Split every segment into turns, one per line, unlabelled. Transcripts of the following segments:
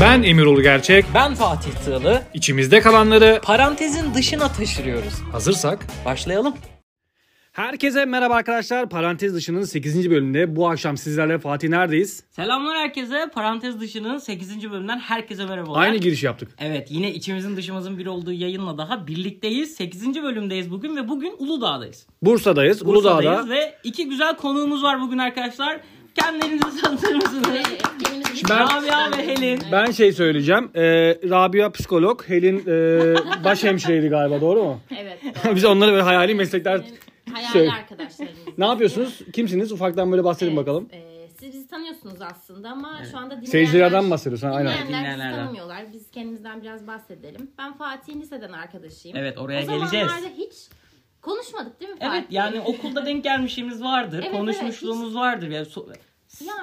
Ben Emirol Gerçek.
Ben Fatih Tığlı.
İçimizde kalanları
Parantezin dışına taşırıyoruz.
hazırsak.
Başlayalım.
Herkese merhaba arkadaşlar. Parantez dışının 8. bölümünde bu akşam sizlerle Fatih neredeyiz?
Selamlar herkese. Parantez dışının 8. bölümünden herkese merhabalar.
Aynı giriş yaptık.
Evet yine içimizin dışımızın bir olduğu yayınla daha birlikteyiz. 8. bölümdeyiz bugün ve bugün Uludağ'dayız.
Bursa'dayız,
Bursa'dayız
Uludağ'da.
ve iki güzel konuğumuz var bugün arkadaşlar. Kendilerinizi tanıtır mısınız?
Ben-
Rabia ve Helin.
Ben şey söyleyeceğim. Ee, Rabia psikolog, Helin e, baş hemşireydi galiba doğru mu?
Evet.
Biz onlara böyle hayali meslekler...
Hayali
Şey-
arkadaşlarımız.
Ne yapıyorsunuz? Kimsiniz? Ufaktan böyle bahsedin
Evet,
bakalım.
e, siz bizi tanıyorsunuz aslında ama şu anda dinleyenler...
Seyircilerden bahsediyorsun. ha, Aynen.
Dinleyenler bizi
Dinleyenlerden.
tanımıyorlar. Biz kendimizden biraz bahsedelim. Ben Fatih'in liseden arkadaşıyım.
Evet, oraya
o
geleceğiz.
O zamanlarda hiç konuşmadık değil mi Fatih?
Evet yani okulda denk gelmişliğimiz vardır.
Evet,
konuşmuşluğumuz vardır. Ya, so-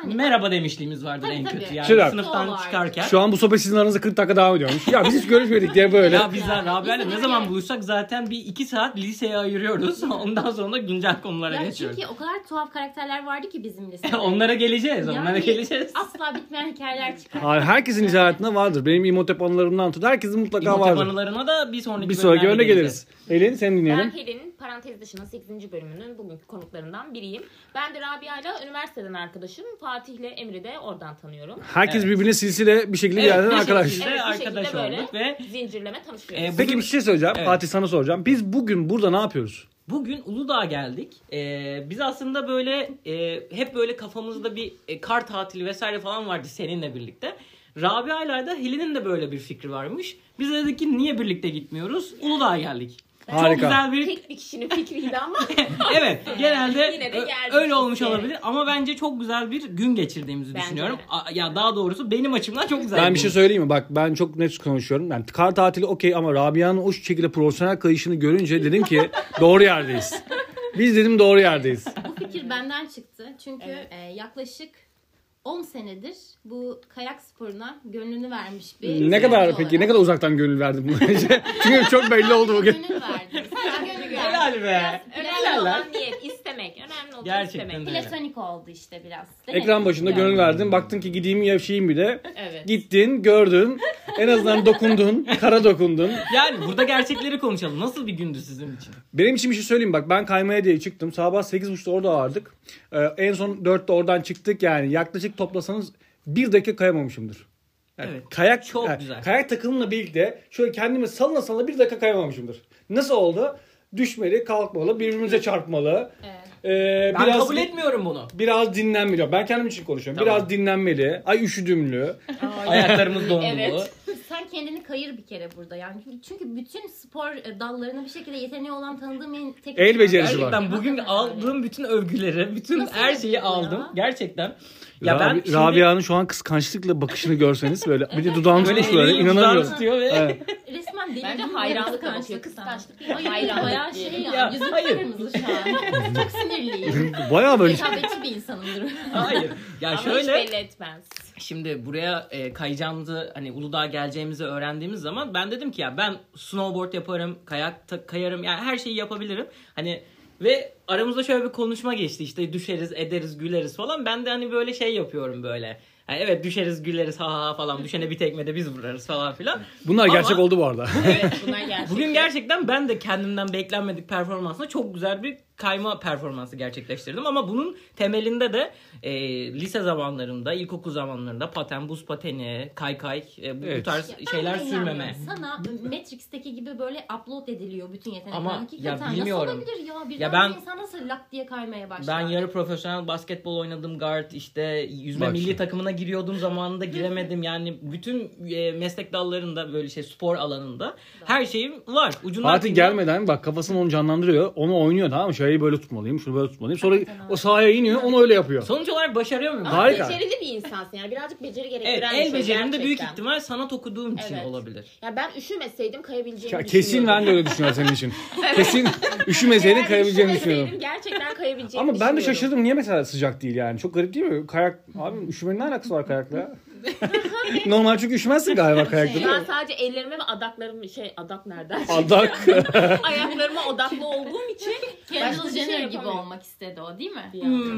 Yani-
Merhaba demişliğimiz vardır
Tabii,
en
tabii.
kötü yani
Çırak.
sınıftan
Vardır.
çıkarken.
Şu an bu sohbet sizin aranızda 40 dakika devam ediyormuş. Ya biz hiç görüşmedik diye böyle.
Ya bizler Rabia'yla
Bizim
ne
her
zaman
yer-
buluşsak zaten bir iki saat liseye ayırıyoruz. Ondan sonra güncel konulara
Ya
geçiyoruz.
çünkü o kadar tuhaf karakterler vardı ki bizim lisede.
onlara geleceğiz, onlara
Yani
geleceğiz.
Asla bitmeyen hikayeler çıkar.
Hayır, herkesin icat hayatında vardır. Benim imotep anılarımdan tut. Herkesin mutlaka
İmotep
vardır.
anılarına da bir sonraki
Bir sonraki
bölümlerde
öyle geliriz. Helin seni
Ben
dinleyelim.
Helin parantez dışının 8. bölümünün bugünkü konuklarından biriyim. Ben de Rabia'yla üniversiteden arkadaşım. Fatih'le Emre'yi de oradan tanıyorum.
Herkes
Evet.
birbirine silsile bir şekilde bir
Evet,
yerden
bir
arkadaş.
şekilde. Ve
bu
arkadaş
şekilde
olduk ve- e,
zincirleme tanışıyoruz.
Ee, bu-
Peki bir şey söyleyeceğim.
Evet.
Fatih sana soracağım. Biz bugün burada ne yapıyoruz?
Bugün Uludağ'a geldik. Ee, biz aslında böyle e, hep böyle kafamızda bir e, kar tatili vesaire falan vardı seninle birlikte. Rabia'yla da Helin'in de böyle bir fikri varmış. Biz de dedik ki niye birlikte gitmiyoruz? Uludağ'a geldik. Çok
Harika.
güzel bir
Tek bir kişinin fikriydi ama
evet genelde
Yine de
ö-
geldik
öyle olmuş
işte.
olabilir ama bence çok güzel bir gün geçirdiğimizi
Bence
düşünüyorum.
de.
A- ya daha doğrusu benim açımdan çok güzel.
Ben bir şey
gün.
söyleyeyim mi? Bak ben çok net konuşuyorum. Yani kar tatili okey ama Rabia'nın o şekilde profesyonel kayışını görünce dedim ki doğru yerdeyiz. Biz dedim doğru yerdeyiz.
Bu fikir benden çıktı. Çünkü e, yaklaşık 10 senedir bu kayak sporuna gönlünü vermiş bir...
ne kadar
öğrenci
peki
olarak.
ne kadar uzaktan gönül verdim bu işe? Çünkü çok belli oldu bugün.
Gönül verdim. Sadece gönül verdim.
Helal be.
önemli olan niyet, istemek. Önemli olan
Gerçekten
istemek.
öyle.
Platonik oldu işte biraz. Değil mi?
Ekran başında gönül verdin. Baktın ki gideyim yaşayayım bir de.
Evet.
Gittin, gördün. En azından dokundun. Kara dokundun.
Yani burada gerçekleri konuşalım. Nasıl bir gündü sizin için?
Benim için bir şey söyleyeyim bak ben kaymaya diye çıktım. Sabah 8.30'da orada vardık. Ee, en son 4'te oradan çıktık yani yaklaşık toplasanız bir dakika kayamamışımdır. Yani
Evet.
Kayak
Çok
yani
güzel.
Kayak takımımla birlikte şöyle kendimi salına salına bir dakika kayamamışımdır. Nasıl oldu? Düşmeli, kalkmalı, birbirimize çarpmalı. Ee,
Ben kabul etmiyorum bunu.
biraz dinlenmeli. Ben kendim için konuşuyorum.
Tamam.
Biraz dinlenmeli. Ay üşüdümlü.
Ayaklarımız dondu.
Evet.
Sen kendini kayır bir kere burada yani. Çünkü- Çünkü bütün spor e, dallarına bir şekilde yeteneği olan tanıdığım en tek...
El becerisi var.
Gerçekten bugün aldığım bütün övgüleri, bütün
Nasıl
her şeyi
yapıyor
aldım.
ya?
Gerçekten. Ya
Rabi-
ben şimdi
Rabia'nın şu an kıskançlıkla bakışını görseniz böyle bir de dudağını
böyle
tutmuş böyle
elini
inanamıyorum.
tutar tutuyor ve
Evet.
Resmen deli
Bence
gibi
hayranlık
kıskançlık
bakıyor.
sen.
Kıskançlık değil.
Ay,
Hayranlık
Bayağı
diye.
şey ya.
Ya,
yüzüm
hayır.
kıpkırmızı şu an. Çok sinirliyim.
Bayağı böyle
Rekabetçi bir insanımdır.
Hayır. Ya
Ama hiç
şöyle.
belli etmez.
Şimdi buraya e, kayacağımızı hani Uludağ'a geleceğimizi öğrendiğimiz zaman ben dedim ki ya ben snowboard yaparım, kayak ta- kayarım yani her şeyi yapabilirim. Hani ve aramızda şöyle bir konuşma geçti işte düşeriz ederiz güleriz falan. Ben de hani böyle şey yapıyorum böyle. Yani evet düşeriz güleriz ha ha ha falan düşene bir tekmede biz vurarız falan filan.
Bunlar
Ama-
gerçek oldu bu arada.
Evet bunlar gerçek.
Bugün gerçekten ben de kendimden beklenmedik performansla çok güzel bir kayma performansı gerçekleştirdim. Ama bunun temelinde de e, lise zamanlarında, ilkokul zamanlarında paten, buz pateni, kaykay e, bu, bu
Evet.
tarz
Ya ben
şeyler
de
sürmeme.
inanmıyorum. Sana Matrix'teki gibi böyle upload ediliyor bütün yetenekler.
Ama ya
Hakikaten
bilmiyorum.
Nasıl olabilir ya? Bir
Ya
ben,
ben-
insan nasıl lak diye kaymaya başlar?
Ben yarı profesyonel basketbol oynadım guard işte yüzme
Bak
milli
şimdi.
takımına giriyordum zamanında giremedim yani bütün e, meslek dallarında böyle şey spor alanında her şeyim var. Ucundan
Fatih
ucundan-
gelmeden bak kafasını onu canlandırıyor. Onu oynuyor tamam mı? Şurayı böyle tutmalıyım, şunu böyle tutmalıyım. Sonra o sahaya iniyor, onu öyle yapıyor.
Sonuç olarak başarıyor muyum?
Hayır. Harika.
Becerili bir insansın yani birazcık beceri
Evet,
gerektiren bir
el
şey
becerim de büyük
gerçekten.
ihtimal sanat okuduğum için
Evet.
olabilir.
Ya ben üşümeseydim kayabileceğimi
Ya Kesin ben de öyle düşünüyorum senin için. Kesin üşümeseydin kayabileceğini düşünüyorum.
Gerçekten kayabileceğimi
Ama ben de
düşünüyorum.
şaşırdım. Niye mesela sıcak değil yani? Çok garip değil mi? Kayak, abi üşümenin ne alakası var kayakla?
şimdi.
Normal çünkü üşümezsin galiba kayakta değil
Ben
mi?
sadece ellerime ve adaklarımı şey adak nereden?
Adak.
Ayaklarıma odaklı olduğum için
Kendall
Başka bir şey
Jenner gibi
yapamıyorum.
olmak istedi o değil mi?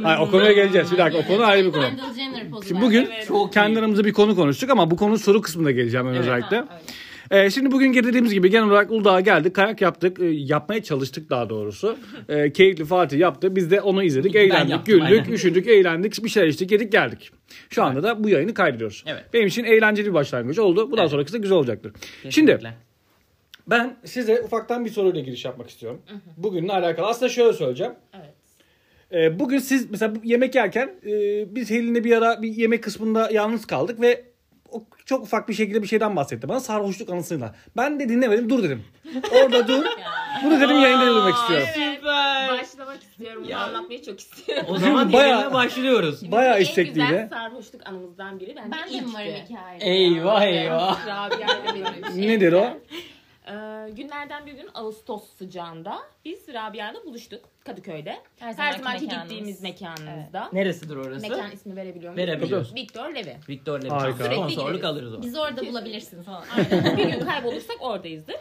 Hayır, o konuya geleceğiz. Bir dakika o konu ayrı bir konu.
Kendall Jenner pozu.
Şimdi
var.
bugün
Evet.
kendi aramızda bir konu konuştuk ama bu konu soru kısmına geleceğim ben özellikle.
Ha, öyle.
Ee, şimdi bugün dediğimiz gibi genel olarak Uludağ'a geldik. Kayak yaptık. e, yapmaya çalıştık daha doğrusu. Ee, keyifli Fatih yaptı. Biz de onu izledik.
Ben
Eğlendik,
yaptım,
güldük,
aynen.
üşüdük, eğlendik. Bir şeyler içtik, yedik, geldik. Şu anda da bu yayını kaydediyoruz.
Evet.
Benim için eğlenceli bir başlangıç oldu. Bundan
Evet.
sonrakisi de güzel olacaktır. Şimdi
Kesinlikle.
ben size ufaktan bir soruyla giriş yapmak istiyorum. Bugünle alakalı. Aslında şöyle söyleyeceğim.
Evet.
Ee, bugün siz mesela yemek yerken e, biz Helin'le bir ara bir yemek kısmında yalnız kaldık ve o çok ufak bir şekilde bir şeyden bahsetti bana sarhoşluk anısıyla. Ben de dinlemedim dur dedim. Orada dur. Bunu dedim yayında duymak istiyorum.
Süper.
Başlamak istiyorum.
Ya.
Bunu anlatmayı çok istiyorum.
O zaman
Bayağı-
yayına başlıyoruz.
Bayağı
En
istekliydi.
güzel sarhoşluk anımızdan biri. Bence
Ben de
ilkti.
umarım hikaye.
Eyvah eyvah.
Rabia ile benim.
Nedir o?
Ee, günlerden bir gün Ağustos sıcağında biz Rabia'yla buluştuk Kadıköy'de. Her,
zamanki
zamanki
mekanımız.
gittiğimiz mekanımızda.
Neresidir orası?
Mekan ismi verebiliyor muyum?
Verebiliyoruz.
Victor Levi.
Victor Levi.
Harika.
Sponsorluk alırız o.
Bizi orada bulabilirsiniz falan.
bir gün kaybolursak oradayızdır.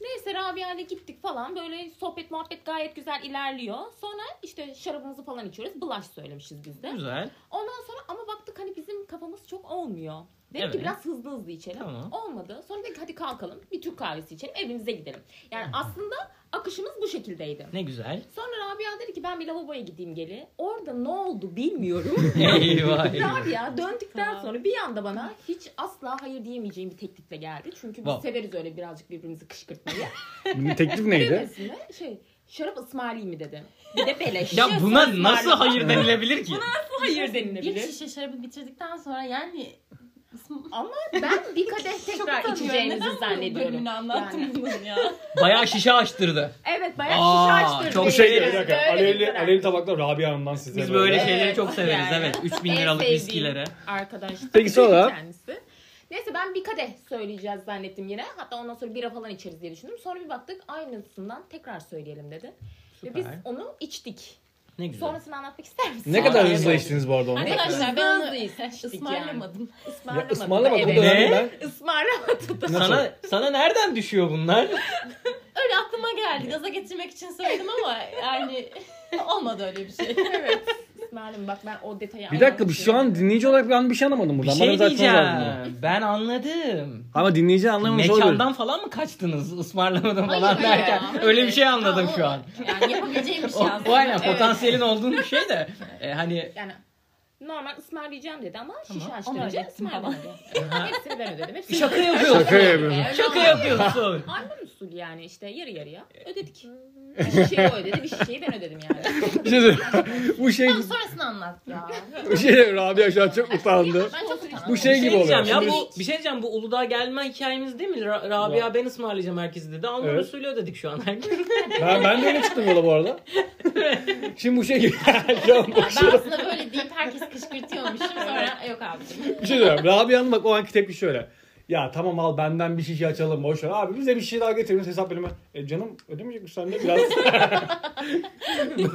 Neyse Rabia'yla gittik falan böyle sohbet muhabbet gayet güzel ilerliyor. Sonra işte şarabımızı falan içiyoruz. Blush söylemişiz biz de.
Güzel.
Ondan sonra ama baktık hani bizim kafamız çok olmuyor. Dedik
Evet.
ki biraz hızlı hızlı içelim.
Tamam.
Olmadı. Sonra dedik hadi kalkalım bir Türk kahvesi içelim evimize gidelim. Yani aslında akışımız bu şekildeydi.
Ne güzel.
Sonra Rabia dedi ki ben bir lavaboya gideyim geli. Orada ne oldu bilmiyorum.
Eyvah eyvah.
Rabia döndükten sonra bir anda bana hiç asla hayır diyemeyeceğim bir teklifle geldi. Çünkü biz
Wow.
severiz öyle birazcık birbirimizi kışkırtmayı.
Teklif neydi?
Öylesine şey şarap ısmarlayayım mı dedi. Bir de beleş.
Ya buna nasıl hayır denilebilir ki?
Nasıl hayır
Bir
denilebilir?
şişe şarabı bitirdikten sonra yani
Ama ben bir kadeh tekrar içeceğinizi zannediyorum.
Bölümünü anlattım
Yani.
bunun ya.
Bayağı şişe açtırdı.
Evet bayağı
Aa,
şişe açtırdı.
çok
beni.
şey gibi.
Böyle
Bir
bir karar.
tabaklar Rabia Hanım'dan size.
Biz böyle şey-
Evet,
şeyleri çok severiz.
yani.
Evet. 3000
En
liralık
sevdiğim
viskilere.
Arkadaş.
Peki sonra?
Kendisi. Neyse ben bir kadeh söyleyeceğiz zannettim yine. Hatta ondan sonra bira falan içeriz diye düşündüm. Sonra bir baktık aynısından tekrar söyleyelim dedi. Ve biz
Süper.
onu içtik.
Ne güzel.
Sonrasını anlatmak ister misin?
Ne kadar
Harika.
hızlı içtiniz bu arada onu?
Hani-
Arkadaşlar ben onu
Hızlıyız.
ısmarlamadım.
Ya,
Ismarlamadı.
ısmarlamadım. Bu
Evet.
dönemde
Ne?
ben
Ismarlamadı da.
Sana sana nereden düşüyor bunlar?
Öyle aklıma geldi. Gaza getirmek için söyledim ama yani olmadı öyle bir şey.
evet. Ismarlamadı. Bak ben o detayı
Bir dakika bu şu an
anlatmışım.
dinleyici olarak ben bir şey anlamadım
Bir
buradan. Bana
şey
biraz açmanız lazım bunu.
diyeceğim. Ben anladım.
Ama dinleyici anlamamış olabilir.
Mekandan falan mı kaçtınız ısmarlamadım
Hayır,
falan
hayır
derken?
ya.
Öyle bir şey
Ha,
anladım
o-
şu an.
Yani yapabileceğim bir şey
O,
aslında.
o aynen
Evet.
potansiyelin olduğun bir şey de e, hani
Yani normal ısmarlayacağım dedi ama şişe
Onu
açtırınca
ödettim falan.
ısmarlamadı. Hepsini ben ödedim. Hepsini
şaka yapıyorsun.
Şaka yapıyorum.
Öyle
Şaka
olmadı.
yapıyorsun.
Aynı usulü yani işte yarı yarıya ödedik. bir şişeyi o ödedi, bir şişeyi ben ödedim yani.
Bir şey söyleyeyim. bu şey
Tamam sonrasını anlat ya.
bu şey Rabia şu an çok utandı.
Ben çok utandım.
Bu şey
Bir şey
gibi oluyor.
diyeceğim ya
Şimdi-
bu bir şey diyeceğim bu Uludağ'a gelme hikayemiz değil mi? Ra- Rabia ben ısmarlayacağım herkesi dedi. Alman
Evet.
usulü ödedik şu an herkes.
Ben, ben de öyle çıktım yola bu arada. Şimdi bu şey gibi. Şu an bak-
Ben aslında böyle deyip herkes kışkırtıyormuşum sonra yok abicim.
bir şey diyorum. Rabia'nın bak o anki tepki şöyle. Ya tamam al benden bir şişe açalım boş ver. Abi bize bir şişe daha getiririz hesap bölümü. E canım ödemeyecek misin sen de biraz?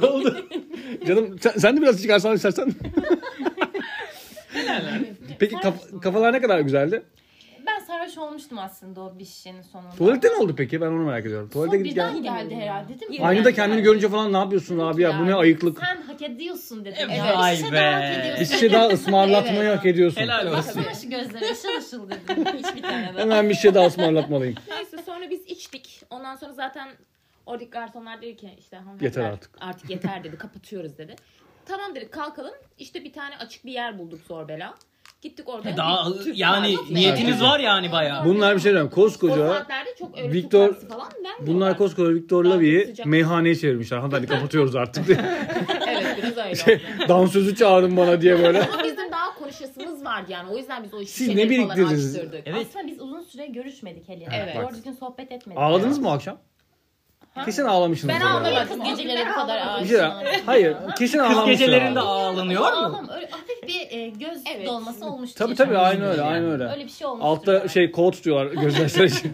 ne oldu? Canım sen, sen de biraz çıkarsan istersen. Peki kaf- kafalar ne kadar güzeldi?
Ben sarhoş olmuştum aslında o bir şişenin sonunda.
Tuvalette ne oldu peki? Ben onu merak ediyorum.
Son
Tuvalete gidip gel.
birden geldi herhalde değil mi?
Aynada kendini görünce falan ne yapıyorsun abi ya? Bu ne ayıklık?
Sen hak ediyorsun dedim.
Evet.
ya.
Vay
Bir şişe
be.
daha hak ediyorsun.
Bir şişe daha ısmarlatmayı
Evet.
hak ediyorsun.
Helal olsun.
Baksana şu gözlerine ışıl ışıl dedim. Hiçbir tane daha.
Hemen bir şişe daha ısmarlatmalıyım.
Neyse sonra biz içtik. Ondan sonra zaten oradaki garsonlar dedi ki işte hanımefendi
Yeter artık.
Artık yeter dedi kapatıyoruz dedi. Tamam dedik kalkalım. İşte bir tane açık bir yer bulduk zor bela. Gittik orada.
E, Daha
bir Türk
yani
kahvesi-
niyetiniz var yani bayağı.
Bunlar bir şey diyeyim.
O
Koskoca
saatlerde çok öyle
Victor-
Victor, falan vermiyorlar.
bunlar koskoca Victor
Daha
Lavi'yi
sıcak.
meyhaneye çevirmişler. Hadi hadi kapatıyoruz artık diye.
Evet biraz öyle
Şey-
oldu.
Dansözü çağırın bana diye böyle.
Ama bizim daha konuşasımız vardı yani. O yüzden biz o
Siz ne
şişeleri falan
biriktirdiniz?
açtırdık.
Evet.
Aslında biz uzun süre görüşmedik hele.
Evet.
Doğru düzgün sohbet etmedik.
Ağladınız mı o akşam? Kesin ağlamışsınız.
Ben
orada.
ağlamadım.
Kız geceleri bu kadar
Bir
ağır.
şey diyeyim. Hayır kesin
Kız
ağlamışsınız.
gecelerinde
abi.
ağlanıyor mu?
Ağlam. Öyle hafif bir e, göz
Evet.
dolması olmuştu.
Tabii
yaşamın
tabii aynı
içinde.
öyle aynı öyle.
Öyle bir şey olmuştu.
Altta şey kol tutuyorlar gözler için.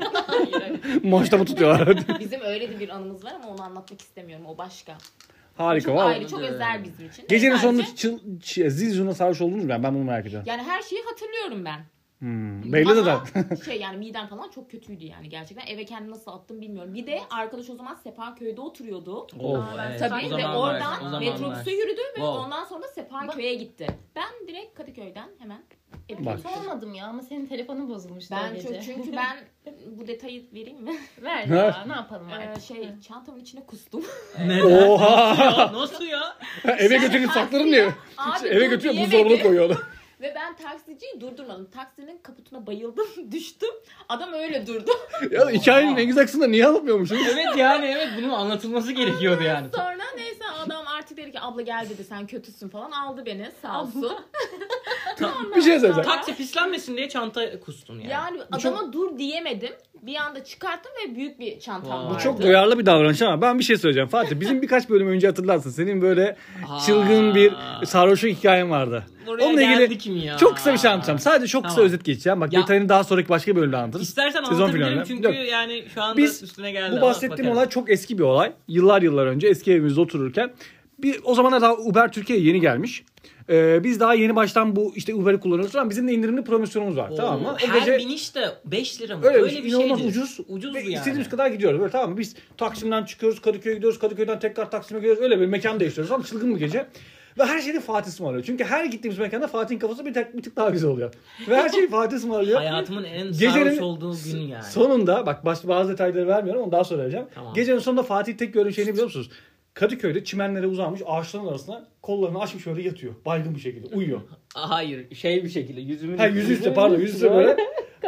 Maçta mı tutuyorlar?
Bizim öyle de bir anımız var ama onu anlatmak istemiyorum. O başka.
Harika.
Çok
vallahi.
ayrı, çok özel bizim için.
Gecenin
Özelce-
sonunda çıl, ç- Zizun'a sarhoş oldunuz mu? Ben, ben bunu merak ediyorum.
Yani her şeyi hatırlıyorum ben.
Hmm. Belli de
Ama
zaten.
şey yani midem falan çok kötüydü yani gerçekten. Eve kendimi nasıl attım bilmiyorum. Bir de arkadaş o zaman Sefaköy'de oturuyordu.
Of.
Aa, ben
evet.
Tabii
O
ve
zamanlar,
o
oradan
zamanlar.
metrobüse yürüdü ve
Wow.
ondan sonra da Sefaköy'e gitti. Ben direkt Kadıköy'den hemen evime
Bak.
gittim.
Sormadım ya ama senin telefonun bozulmuştu o
Ben
gece.
çok, çünkü ben bu detayı vereyim mi?
Ver ya ne yapalım
Ee,
artık.
şey çantamın içine kustum.
Neden?
Oha.
Ya, Nasıl ya?
Eve götürüp saklarım diye.
Abi
Eve
dur
götürüp
diyemedi.
buzdolabına koyuyorlar.
Ve ben taksiciyi durdurmadım. Taksinin kaputuna bayıldım, düştüm. Adam öyle durdu.
ya hikayenin en güzel kısmını niye anlatmıyormuşsun?
Evet yani evet bunun anlatılması gerekiyordu yani.
Sonra neyse adam artık dedi ki abla gel dedi sen kötüsün falan aldı beni sağ olsun.
bir şey söyleyeceğim.
Taksi pislenmesin diye çanta kustun yani.
Yani adama dur diyemedim. Bir anda çıkarttım ve büyük bir çantam
Vay.
vardı.
Bu çok duyarlı bir davranış ama ben bir şey söyleyeceğim. Fatih bizim birkaç bölüm önce hatırlarsın. Senin böyle
Aa.
çılgın bir sarhoşluk hikayen vardı.
Buraya
Onunla ilgili
geldik mi ya?
Çok kısa bir şey anlatacağım. Sadece çok kısa
Tamam.
özet geçeceğim. Bak
Ya-
detayını daha sonraki başka bölümde anlatırız.
İstersen
Sezon
anlatabilirim
finalinde.
çünkü
Yok.
yani şu anda
Biz
üstüne geldi.
Bu
ama
bahsettiğim
bakarım.
olay çok eski bir olay. Yıllar yıllar önce eski evimizde otururken bir o zamanlar daha Uber Türkiye'ye yeni gelmiş. Ee, biz daha yeni baştan bu işte Uber'i kullanıyoruz ama bizim de indirimli promosyonumuz var.
Oo,
tamam mı? O
Her
gece
biniş de 5 lira mı?
öyle,
Öyle,
bir,
bir
inanılmaz
şeydi.
ucuz.
Ucuzdu
ve
yani.
istediğimiz kadar gidiyoruz böyle tamam mı? Biz Taksim'den çıkıyoruz Kadıköy'e gidiyoruz. Kadıköy'den tekrar Taksim'e gidiyoruz. Öyle bir mekan değiştiriyoruz ama çılgın bir gece. Ve her şeyde Fatih ısmarlıyor. Çünkü her gittiğimiz mekanda Fatih'in kafası bir, tek, bir tık daha güzel oluyor. Ve her şeyi Fatih ısmarlıyor.
Hayatımın en
Gecenin-
sarhoş olduğu gün yani.
Sonunda bak bazı, bazı detayları vermiyorum onu daha sonra vereceğim.
Tamam.
Gecenin sonunda Fatih tek gördüğüm şey ne biliyor musunuz? Kadıköy'de çimenlere uzanmış ağaçların arasına kollarını açmış öyle yatıyor. Baygın bir şekilde uyuyor.
Hayır şey bir şekilde yüzümün...
Ha yüzü üstü pardon yüzü üstü böyle.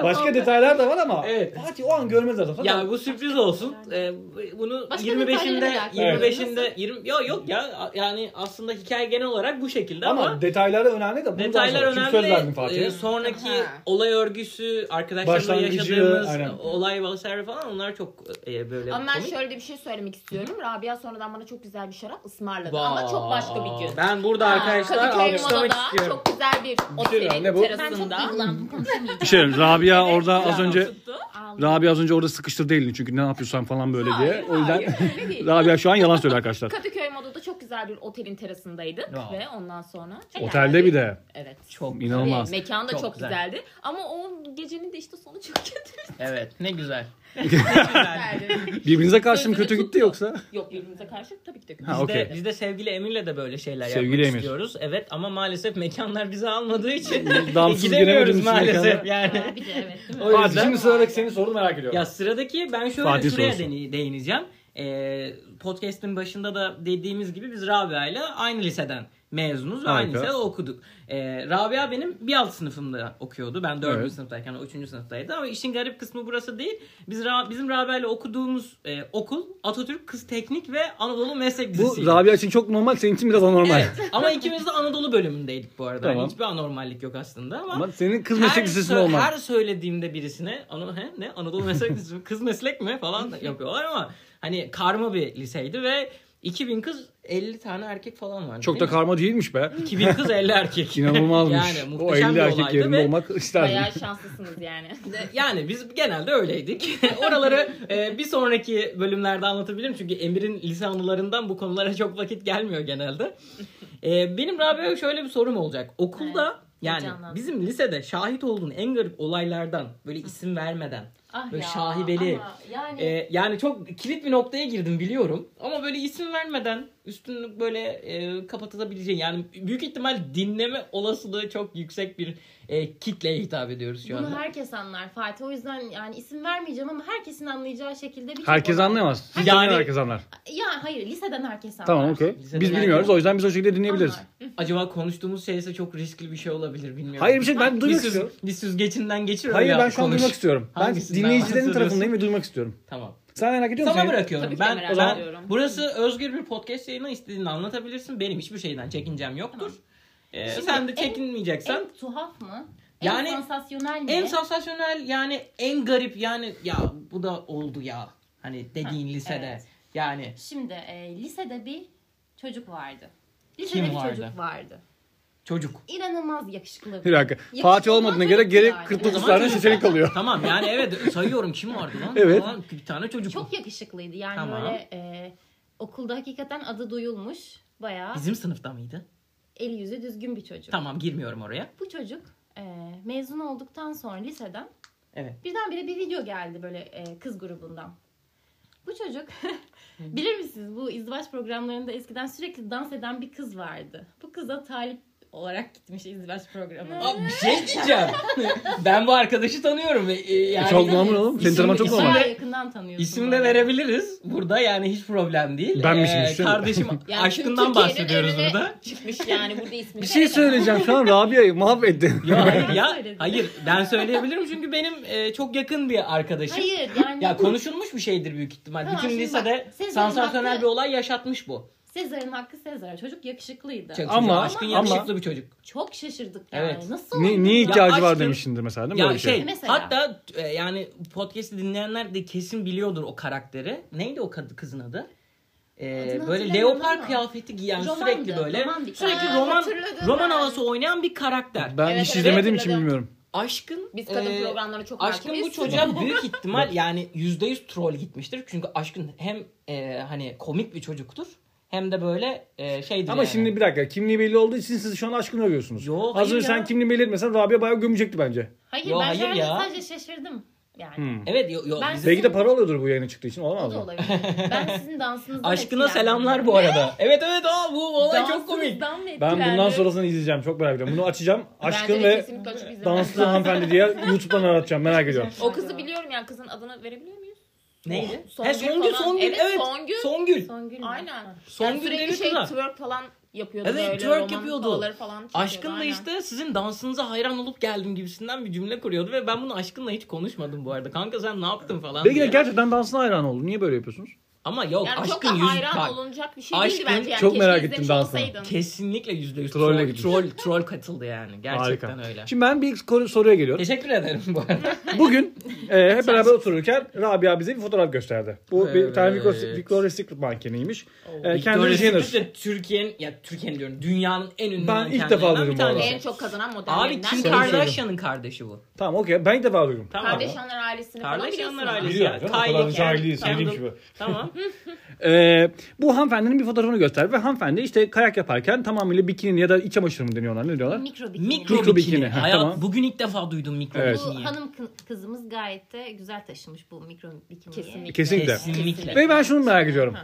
Başka detaylar da var ama
Evet.
Fatih o an görmez zaten.
Ya bu sürpriz olsun. Ee, bunu
Başka
25'inde
detaylara da
25'inde 20 yok yok ya yani aslında hikaye genel olarak bu şekilde
ama,
ama,
detayları önemli de bundan
detaylar
sonra. Çünkü söz verdim
önemli.
Fatih'e.
Ee, sonraki
Aha.
olay örgüsü, arkadaşlarla
Başlangıcı,
yaşadığımız
aynen.
olay vesaire falan onlar çok e, böyle
Ama ben
komik.
şöyle de bir şey söylemek istiyorum. Rabia sonradan bana çok güzel bir şarap ısmarladı.
Vay.
Ama çok başka bir gün.
Ben burada
Ha,
arkadaşlar
Kadıköy
alkışlamak
Moda'da
istiyorum.
Çok güzel bir
lan,
otelin
şey ne bu?
Ben çok
terasında.
duygulandım konuşamayacağım.
Bir şey diyeyim, Rabia orada az
Rabia
önce
tuttu.
Ağladım.
Rabia az önce orada sıkıştırdı elini çünkü ne yapıyorsan falan böyle diye. O yüzden
Hayır, öyle değil.
Rabia şu an yalan söylüyor arkadaşlar.
Kadıköy Moda'da çok güzel bir otelin terasındaydık ve ondan sonra
Otelde bir de
Evet.
Çok
inanılmaz.
Hani Mekan da çok,
Çok güzel.
güzeldi. Ama o gecenin de işte sonu çok kötü.
Evet ne güzel.
güzeldi.
Birbirinize karşı mı
Sözünü
kötü gitti
tuttu.
yoksa?
Yok birbirimize karşı tabii ki de kötü.
Ha,
Biz,
okey.
de, biz de sevgili Emir'le de böyle şeyler
Sevgili
yapmak
Emir.
istiyoruz. Evet ama maalesef mekanlar bizi almadığı için
Damsız
gidemiyoruz
giremediniz
maalesef
mekana.
yani.
Aa, bir de evet değil mi?
O
Fatih
yüzden-
şimdi sıradaki senin sorunu merak ediyorum.
Ya sıradaki ben şöyle
Fatih
şuraya
sorusu.
dene- değineceğim. Ee, podcast'in başında da dediğimiz gibi biz Rabia ile aynı liseden mezunuz ve aynı
Harika.
lisede okuduk. Ee, Rabia benim bir alt sınıfımda okuyordu. Ben dördüncü
Evet.
sınıftayken o üçüncü sınıftaydı ama işin garip kısmı burası değil. Biz Ra- bizim Rabia ile okuduğumuz e, okul Atatürk Kız Teknik ve Anadolu Meslek Lisesi.
Bu Rabia için çok normal, senin için biraz anormal.
Evet. ama ikimiz de Anadolu bölümündeydik bu arada. Yani
Tamam.
hiçbir anormallik yok aslında ama.
Ama senin kız
her,
meslek lisesi
sö-
normal.
her söylediğimde birisine Ana, he, ne Anadolu meslek lisesi mi? kız meslek mi falan yapıyorlar ama hani karma bir liseydi ve 2000 kız 50 tane erkek falan vardı.
Çok da
değil mi?
karma değilmiş be.
2000 kız 50 erkek.
İnanılmazmış.
yani
o
muhteşem
50
bir
erkek
olaydı
yerinde
ve
olmak isterdim.
Bayağı şanslısınız yani.
yani biz genelde öyleydik. Oraları e, bir sonraki bölümlerde anlatabilirim. Çünkü Emir'in lise anılarından bu konulara çok vakit gelmiyor genelde. E, benim Rabia'ya şöyle bir sorum olacak. Okulda
Evet,
yani
heyecanlandım.
bizim lisede şahit olduğun en garip olaylardan böyle isim vermeden
Ah
Böyle
ya,
şahibeli.
ama Yani
e, yani çok kilit bir noktaya girdim biliyorum. Ama böyle isim vermeden üstünlük böyle e, kapatılabileceğin yani büyük ihtimal dinleme olasılığı çok yüksek bir e, kitleye hitap ediyoruz şu
bunu
anda.
herkes anlar Fatih. O yüzden yani isim vermeyeceğim ama herkesin anlayacağı şekilde bir şey
Herkes anlayamaz. Sizden
Yani-
herkes anlar.
Ya hayır liseden herkes anlar.
Tamam okey.
Lisede
Biz
yani-
bilmiyoruz o yüzden biz o şekilde dinleyebiliriz.
Anlar.
Acaba konuştuğumuz şey ise çok riskli bir şey olabilir bilmiyorum.
Hayır bir şey ben
bir,
duymak
süz,
istiyorum.
bir süzgecinden geçir öyle
Hayır ben
yap,
şu an
konuş.
duymak istiyorum. Ben
Hangisinden
dinleyicilerin
bahsediyorsun?
tarafındayım ve duymak istiyorum.
Tamam.
Sen merak ediyor musun?
Sana bırakıyorum.
Tabii ki de
ben,
merak
ben-
ediyorum.
burası özgür bir podcast yayını istediğini anlatabilirsin. Benim hiçbir şeyden çekincem yoktur. E,
Şimdi
sen de
en-
çekinmeyeceksen
En tuhaf mı?
Yani-
en sansasyonel mi?
En sansasyonel yani en garip yani ya bu da oldu ya. Hani dediğin lisede.
evet.
Yani
Şimdi e, lisede bir çocuk vardı. Lisede
Kim
bir
vardı?
çocuk vardı.
çocuk.
İnanılmaz yakışıklı
Bir
bir.
dakika.
Yakışıklı
Fatih olmadığına
olmaz
göre
mı
geri
yani?
49
O zaman
tane seçenek kalıyor.
Tamam yani evet sayıyorum kim vardı lan?
Evet.
Falan, bir tane çocuk.
Çok yakışıklıydı yani
Tamam.
böyle e, Okulda hakikaten adı duyulmuş. Bayağı
Bizim sınıfta mıydı?
eli yüzü düzgün bir çocuk.
Tamam girmiyorum oraya.
Bu çocuk e, mezun olduktan sonra liseden
Evet.
birdenbire bir video geldi böyle e, kız grubundan. Bu çocuk bilir misiniz bu izdivaç programlarında eskiden sürekli dans eden bir kız vardı. Bu kıza talip olarak gitmiş izdivaç programına.
Abi bir şey diyeceğim. ben bu arkadaşı tanıyorum. ve, e, yani
Çok normal oğlum. Senin
İsim-
tanıman çok
isim-
normal.
Bayağı
İsim-
yakından tanıyorsun.
İsim
bu
de
arada.
verebiliriz. Burada yani hiç problem değil.
Benmişim,
Ee,
düşünün.
kardeşim
Yani
aşkından
tüm Türkiye'nin
bahsediyoruz
önüne
burada.
Çıkmış yani burada ismi.
Bir şey söyleyeceğim şu an Rabia'yı mahvettin.
Ya hayır
Ben
ya.
söyledim.
Hayır ben söyleyebilirim çünkü benim e, çok yakın bir arkadaşım.
Hayır yani
Ya konuşulmuş bir şeydir büyük ihtimal.
Tamam,
Bütün
şimdi
lisede
bak, Sezar'ın
sansasyonel
hakkı-
bir olay yaşatmış bu.
Sezar'ın hakkı Sezar. Çocuk yakışıklıydı.
Çok-
Çok,
Ama-
aşkın
ama-
yakışıklı bir çocuk.
şaşırdık yani.
Evet.
Nasıl
Ni,
oldu
niye
ya?
ihtiyacı var
aşkın-
demişsindir mesela değil mi?
Ya
böyle bir
şey,
Mesela.
hatta e, yani podcast'i dinleyenler de kesin biliyordur o karakteri. Neydi o kad- kızın adı? E,
Adını
böyle
hatırlamıyorum
leopar
ama.
kıyafeti giyen
Romandı,
sürekli böyle
roman bir
sürekli
karakter.
roman
hatırladım
roman
ben.
havası oynayan bir karakter.
Ben
Evet,
hiç
evet,
izlemediğim için
hatırladım.
bilmiyorum.
Aşkın
Biz kadın
e,
programlarına çok
Aşkın bu
hakimiz.
çocuğa büyük ihtimal yani %100 troll gitmiştir. Çünkü Aşkın hem e, hani komik bir çocuktur hem de böyle e, şeydir
Ama
yani.
şimdi bir dakika kimliği belli olduğu için siz şu an aşkını övüyorsunuz.
Yok,
Az önce
hayır ya.
sen kimliği belirtmesen Rabia bayağı gömecekti bence.
Hayır
Yo,
ben
hayır
hayır
ya.
sadece şaşırdım. Yani.
Hmm.
Evet yo, yo,
Ben-
bizim-
Belki de para alıyordur bu yayına çıktığı için
O
olamaz
da
mı?
olabilir. Ben sizin dansınızdan
Aşkına
etkilendim.
selamlar bu arada. Evet evet aa, bu olay çok komik.
Dansınızdan mı
Ben bundan
etkilendim?
sonrasını izleyeceğim. Çok merak ediyorum. Bunu açacağım. Aşkın
Bence de
ve
kesinlikle açıp izlemek
danslı
lazım.
hanımefendi diye YouTube'dan aratacağım. Merak ediyorum.
O kızı biliyorum yani kızın adını verebiliyor muyuz?
Neydi?
Oh, Songül
He, Songül,
falan.
Songül,
Evet,
evet.
Songül.
Songül.
Songül mü?
Aynen.
Songül
yani sürekli
deli
şey
kıza.
twerk falan yapıyordu
Evet,
böyle.
twerk
roman
yapıyordu.
havaları Falan çekiyordu,
Aşkınla
aynen.
işte sizin dansınıza hayran olup geldim gibisinden bir cümle kuruyordu ve ben bunu aşkınla hiç konuşmadım bu arada. Kanka sen ne yaptın falan
Belki de
diye.
gerçekten dansına hayran oldu. Niye böyle yapıyorsunuz?
Ama yok
Yani çok
aşkın
da
yüz...
hayran
Bak,
olunacak bir şey
aşkın
değildi bence. Yani
çok
keşke
merak ettim
izlemiş
dansını.
olsaydın.
kesinlikle yüzde yüz
Trolle
troll,
gitmiş.
troll, troll katıldı yani. Gerçekten
Harika.
öyle.
Şimdi ben bir kor- soruya geliyorum.
Teşekkür ederim bu arada.
Bugün e, hep beraber otururken Rabia bize bir fotoğraf gösterdi. Bu bir tane
Evet.
Victoria's Victoria's Secret mankeniymiş. E, kendini
Victoria's Secret
Jenner.
de Türkiye'nin, ya Türkiye'nin diyorum dünyanın en ünlü
Ben ilk defa
mankenlerinden
duydum
bir
bu arada.
tanesi.
En Hani çok kazanan
Abi şey
modellerinden.
Kim
Söyle, söyle.
Kardashian'ın kardeşi bu.
Tamam okey. Ben ilk defa duydum.
Tamam.
Kardeşanlar ailesini falan biliyorsun.
Kardashian'lar ailesi.
Biliyorum
ya.
canım, o
Kylie
kadar da cahil
Jenner,
değil, sevdiğim
Kendall.
gibi.
Tamam.
E, bu hanımefendinin bir fotoğrafını gösterdi ve hanımefendi işte kayak yaparken tamamıyla bikini ya da iç çamaşırı mı deniyorlar ne diyorlar?
Mikro bikini.
Mikro,
Mikro
bikini.
bikini. Ha,
Hayat,
tamam.
Bugün ilk defa duydum mikro
Evet.
Bu
bikini.
hanım kı- kızımız gayet de güzel taşımış bu mikro bikiniyi.
Kesinlikle.
Kesinlikle.
Kesinlikle.
Ve ben şunu merak ediyorum.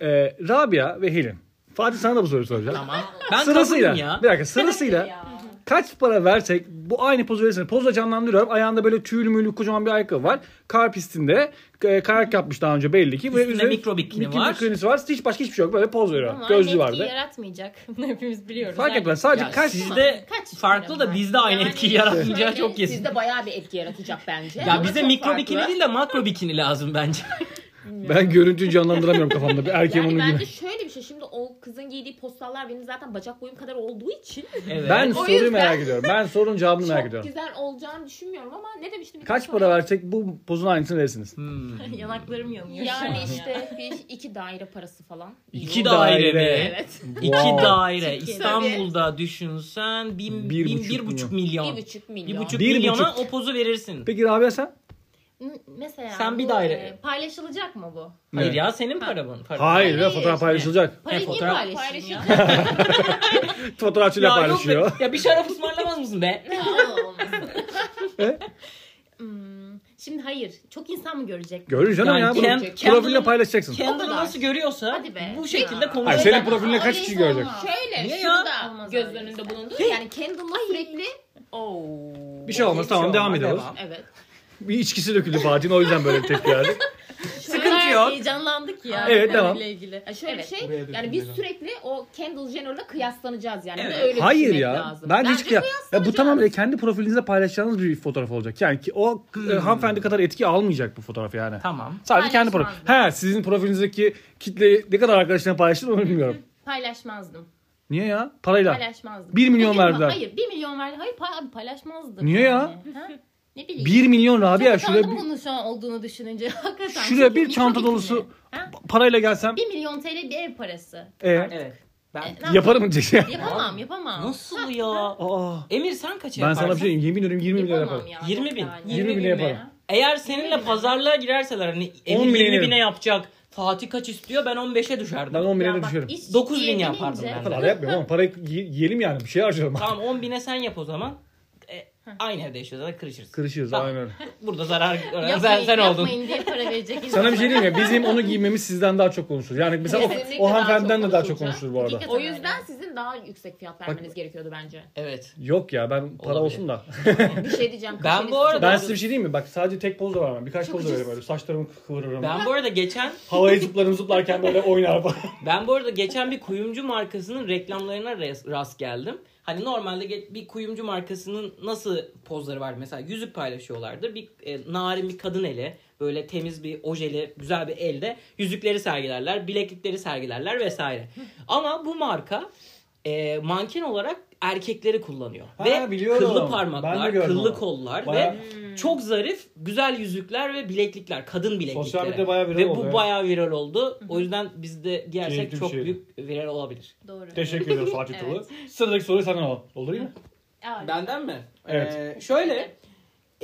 E, Rabia ve Helin. Fatih sana da bu soruyu soracağım.
Tamam. Ben
sırasıyla.
kadınım ya.
Bir dakika sırasıyla kaç para versek bu aynı pozu verirseniz pozla canlandırıyorum. Ayağında böyle tüylü mülü kocaman bir ayakkabı var. Kar pistinde e, kayak yapmış daha önce belli ki.
Üstünde mikro bikini var.
bikinisi var. Hiç başka hiçbir şey yok. Böyle poz veriyor.
Ama
Gözlüğü
aynı etkiyi
vardı.
yaratmayacak. Bunu hepimiz biliyoruz.
Fark
Yani
etmez. Sadece
Ya
kaç
sizde
Kaç
farklı da
lira?
bizde aynı
Yani
etkiyi yaratmayacağı
şöyle,
çok kesin.
Sizde hani bayağı bir etki yaratacak bence.
Ya
Ama
bize
çok
mikro
farklı.
bikini değil de makro bikini lazım bence.
ben görüntüyü canlandıramıyorum kafamda. Bir erkeğim
Yani
onun
bence
gibi.
şöyle bir şey. Şimdi o kızın giydiği postallar benim zaten bacak boyum kadar olduğu için
Evet.
Ben
O
soruyu
yüzden-
merak ediyorum. Ben sorunun cevabını merak
çok
ediyorum.
güzel olacağını düşünmüyorum ama ne demiştim? bir
Kaç
kere
para
sonra?
versek bu pozun aynısını verirsiniz?
Hmm.
Yanaklarım yanıyor.
Yani
şu an.
işte bir iki daire parası falan.
İki daire mi?
Evet.
İki daire.
Türkiye'de.
İstanbul'da düşünsen bin,
Bir
bir bin,
buçuk
bir buçuk
Bir
milyon.
buçuk milyon.
Bir buçuk
Bir
milyona o pozu verirsin.
Peki Rabia sen?
N- Mesela
Sen bir
bu,
daire.
e, paylaşılacak mı bu?
Hayır
Ne?
ya senin paran. paran.
Hayır, ya
Hayır.
fotoğraf paylaşılacak.
Parayı niye
fotoğraf-
paylaşayım ya?
Fotoğrafçıyla
yok
paylaşıyor.
be. Ya bir şarap ısmarlamaz mısın be?
Allah olmasın. Hmm, Şimdi hayır. Çok insan mı görecek?
Görür canım
Yani
ya. bunu.
Ken- Ken-
Profiline paylaşacaksın.
Kendini
kadar.
nasıl görüyorsa
Hadi be.
bu şekilde
Ya.
konuşacak.
Hayır senin profiline kaç kişi görecek?
Şöyle
Niye
Niye
ya?
şunu da
Olmaz
göz
öyle.
önünde bulundur. şey. Yani Kendall'la sürekli Oo.
Bir şey olmaz tamam devam ediyoruz.
Evet.
Bir içkisi döküldü Fatih'in o yüzden böyle bir tepki verdi.
Sıkıntı yok.
Heyecanlandık ya.
Evet,
bu
devam.
konuyla ilgili.
Ya şöyle bir
Evet.
şey
Buraya dökün
yani biz
biraz.
sürekli o Kendall Jenner'la kıyaslanacağız yani. Bir de
Evet.
Öyle
Hayır
düşünmek
ya.
Lazım.
Bence hiç kıya- ya bu
kıyaslanacağız.
tamamen kendi profilinizde paylaşacağınız bir fotoğraf olacak. Yani ki o e, hanımefendi kadar etki almayacak bu fotoğraf yani.
Tamam.
Sadece kendi profil.
Paylaşmazdı.
He sizin profilinizdeki kitleyi ne kadar arkadaşına paylaştın onu bilmiyorum.
Paylaşmazdım.
Niye ya? Parayla.
Paylaşmazdım.
Bir milyon
Dedim ya,
verdiler.
Hayır 1 milyon verdi. Hayır pay- abi paylaşmazdım.
Niye
yani. Ha? Ne bileyim.
1 milyon
Çok
Rabia şuraya
utandım
bir,
bunun şu an olduğunu düşününce. Hakikaten. şey
şuraya
Çünkü
bir çanta
mikro
dolusu
bikini. Ha?
parayla gelsem
1 milyon TL bir ev parası.
e,
Evet.
E,
Ben
ne yap-
yaparım diyeceksin.
Yapamam yapamam.
Nasıl ya?
Aa,
Emir sen kaç
ben
yaparsın?
sana bir şey diyeyim. Yemin ediyorum 20 milyon yaparım.
Yapamam ya.
20
yok
bin.
yani.
20 bine
bin mi?
yaparım.
Eğer seninle pazarlığa girerseler hani
10
Emir
bine
20
inerim.
bine yapacak. Fatih kaç istiyor? Ben 15'e düşerdim.
Ben 11'e
Ya
de
bak,
düşerim.
iş
9 bin
diye
yapardım
gelince-
ben
O kadar da yapmıyorum ama parayı y- yiyelim yani bir şey harcayalım.
Tamam 10 bine sen yap o zaman. E, aynı evde yaşıyoruz zaten kırışırız.
Kırışıyoruz
Tamam.
aynen.
Burada zarar
Yapmayın,
sen, sen oldun.
yapmayın diye para verecek.
Sana bir şey diyeyim ya bizim onu giymemiz sizden daha çok konuşulur. Yani mesela
Kesinlikle
o, o
daha
hanımefendiden
çok
de daha çok
konuşulacak.
konuşulur bu arada.
Hakikaten
O yüzden
öyle.
sizin daha yüksek fiyat vermeniz gerekiyordu bence.
Evet.
Yok ya ben para
Olabilir.
olsun da.
Bir şey diyeceğim.
Ben
kafeniz
bu arada-
çok-
ben size bir şey diyeyim mi? Bak sadece tek poz da vermem. Birkaç
Çok
poz da veririm
ucuz.
böyle. Saçlarımı kı- kıvırırım.
Ben bu arada geçen
Havaya zıplarım zıplarken böyle oynar falan.
ben bu arada geçen bir kuyumcu markasının reklamlarına res- rast geldim. Hani normalde ge- bir kuyumcu markasının nasıl pozları var mesela yüzük paylaşıyorlardır. Bir e, narin bir kadın eli, böyle temiz bir ojeli, güzel bir elde yüzükleri sergilerler, bileklikleri sergilerler vesaire. Ama bu marka e, manken olarak erkekleri kullanıyor.
Ha,
ve
biliyorum.
kıllı
Ben de
parmaklar,
gördüm
kıllı
onu.
kollar
Bayağı-
ve çok zarif güzel yüzükler ve bileklikler. Kadın bileklikleri.
Sosyal medyada bayağı viral
Ve
oldu,
bu
evet.
bayağı viral oldu. O yüzden bizde giyersek
Keyifli bir
çok
şeydi.
büyük viral olabilir.
Doğru.
Teşekkür ediyoruz Fatih
Evet.
Tuğlu. Sıradaki soruyu senden alalım. Olur değil mi?
Aa,
Benden mi?
Evet.
Ee, şöyle.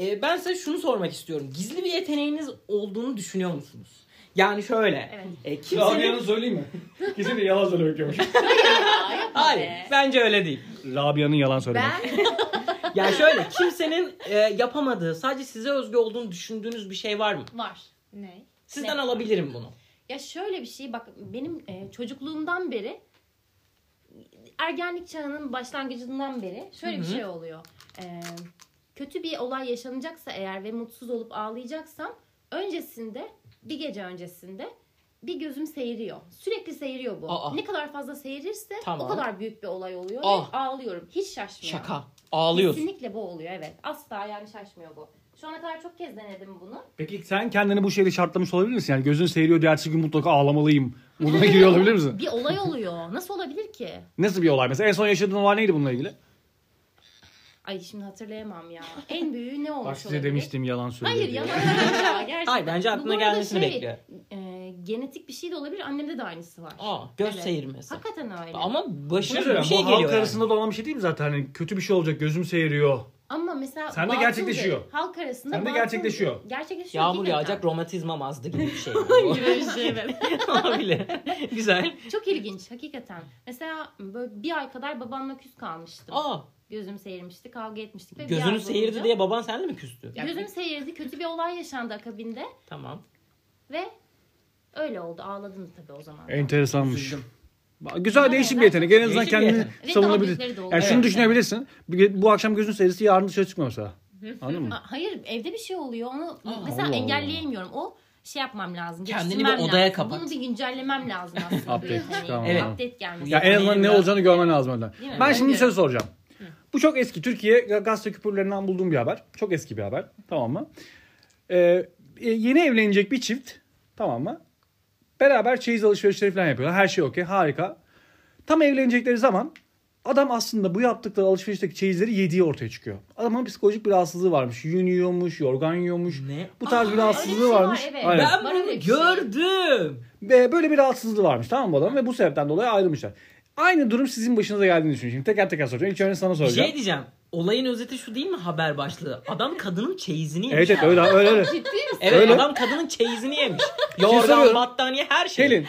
e, ben size şunu sormak istiyorum. Gizli bir yeteneğiniz olduğunu düşünüyor musunuz? Yani şöyle.
Evet.
e,
Şimdi
kimsenin...
Rabia'nın söyleyeyim mi? Kesin de yalan söylüyormuş.
Aa, yapma
Hayır.
be.
Bence öyle değil.
Rabia'nın yalan söylemek.
Ben
Ya şöyle kimsenin e, yapamadığı, sadece size özgü olduğunu düşündüğünüz bir şey var mı?
Var.
ne?
Sizden
Ne?
alabilirim bunu.
Ya şöyle bir şey bak benim e, çocukluğumdan beri ergenlik çağının başlangıcından beri şöyle bir
Hı hı.
şey oluyor. E, kötü bir olay yaşanacaksa eğer ve mutsuz olup ağlayacaksam öncesinde bir gece öncesinde bir gözüm seyiriyor. Sürekli seyiriyor bu.
Aa.
Ne kadar fazla seyirirse
Tamam.
o kadar büyük bir olay oluyor ve
Ah.
ağlıyorum. Hiç şaşmıyorum.
Şaka. Ağlıyorsun.
Kesinlikle bu oluyor evet. Asla yani şaşmıyor bu. Şu ana kadar çok kez denedim bunu.
Peki sen kendini bu şeyle şartlamış olabilir misin? Yani gözün seyiriyor diye ertesi gün mutlaka ağlamalıyım. Buna giriyor olabilir misin?
Bir olay oluyor. Nasıl olabilir ki?
Nasıl bir olay mesela? En son yaşadığın olay neydi bununla ilgili?
Ay şimdi hatırlayamam ya. En büyüğü ne olmuş
Bak size
olabilir?
demiştim yalan söylüyor
Hayır
diye.
yalan değil ya gerçekten.
Hayır, bence aklına
Bu arada şey,
gelmesini bekliyor.
e, genetik bir şey de olabilir. Annemde de aynısı var.
Aa, göz
Evet.
seyirmesi.
Hakikaten öyle. Ama,
Ama başına bir
söyleyeyim,
şey
bu
geliyor.
halk
yani.
arasında da olan bir şey değil mi zaten? Hani kötü bir şey olacak gözüm seyiriyor.
mesela
Sende
batıl
gerçekleşiyor.
bir- Halk arasında
Sende
batıl
gerçekleşiyor.
bir- Gerçekleşiyor.
Yağmur
hakikaten.
yağacak romatizma mazdı gibi bir şey. Bu.
gibi bir şey evet.
Olabilir. Güzel.
Çok ilginç hakikaten. Mesela böyle bir ay kadar babamla küs kalmıştım.
Aa,
Gözüm seyirmişti, kavga etmiştik. ve bir ay
gözünü
boyunca-
seyirdi diye baban senle mi küstü?
Gözüm seyirdi, kötü bir olay yaşandı akabinde
Tamam.
ve öyle oldu. Ağladım tabii o zaman.
Enteresanmış.
Üzüldüm.
Ba- Güzel değişik bir yetenek. En azından
Değişik bir
kendini
yetenek.
Ve
savunabilir.
tabletleri de oluyor.
Yani şunu
Evet.
düşünebilirsin. Bir- Bu akşam gözün seyrisi yarın dışarı çıkma mesela. Anladın mı?
A- Hayır evde bir şey oluyor. Onu
Allah
mesela
Allah.
engelleyemiyorum. O şey yapmam lazım.
Kendini bir
geçiştirmem
odaya
lazım.
kapat.
Bunu bir güncellemem lazım aslında.
Update,
Hani
tamam.
Evet.
Update gelmesi.
Ya en azından ne
Yeteneğin
olacağını görmen lazım önden.
Değil mi?
Ben şimdi bir
Bence.
şey soracağım. Bu çok eski. Türkiye gazete küpürlerinden bulduğum bir haber. Çok eski bir haber. Tamam mı? Ee, e, yeni evlenecek bir çift. Tamam mı? Beraber çeyiz alışverişleri falan yapıyorlar. Her şey okey. Harika. Tam evlenecekleri zaman adam aslında bu yaptıkları alışverişteki çeyizleri yediği ortaya çıkıyor. Adamın psikolojik bir rahatsızlığı varmış. Yün yiyormuş, yorgan yiyormuş.
Ne?
Bu tarz bir
öyle bir
rahatsızlığı
şey var,
varmış.
evet.
Aynen.
Ben
Var
bunu
öyle bir şey.
gördüm.
Ve böyle bir rahatsızlığı varmış tamam mı adam ve bu sebepten dolayı ayrılmışlar. Aynı durum sizin başınıza geldiğini düşünün. Şimdi teker teker soracağım. İlk önce sana
Bir
soracağım.
şey diyeceğim. Olayın özeti şu değil mi haber başlığı? Adam kadının çeyizini yemiş.
evet evet öyle öyle.
şey
öyle.
Ciddi misin?
Evet
Öyle. şey
adam kadının çeyizini yemiş.
soruyorum.
Yorgan, battaniye her şey.
Gelin.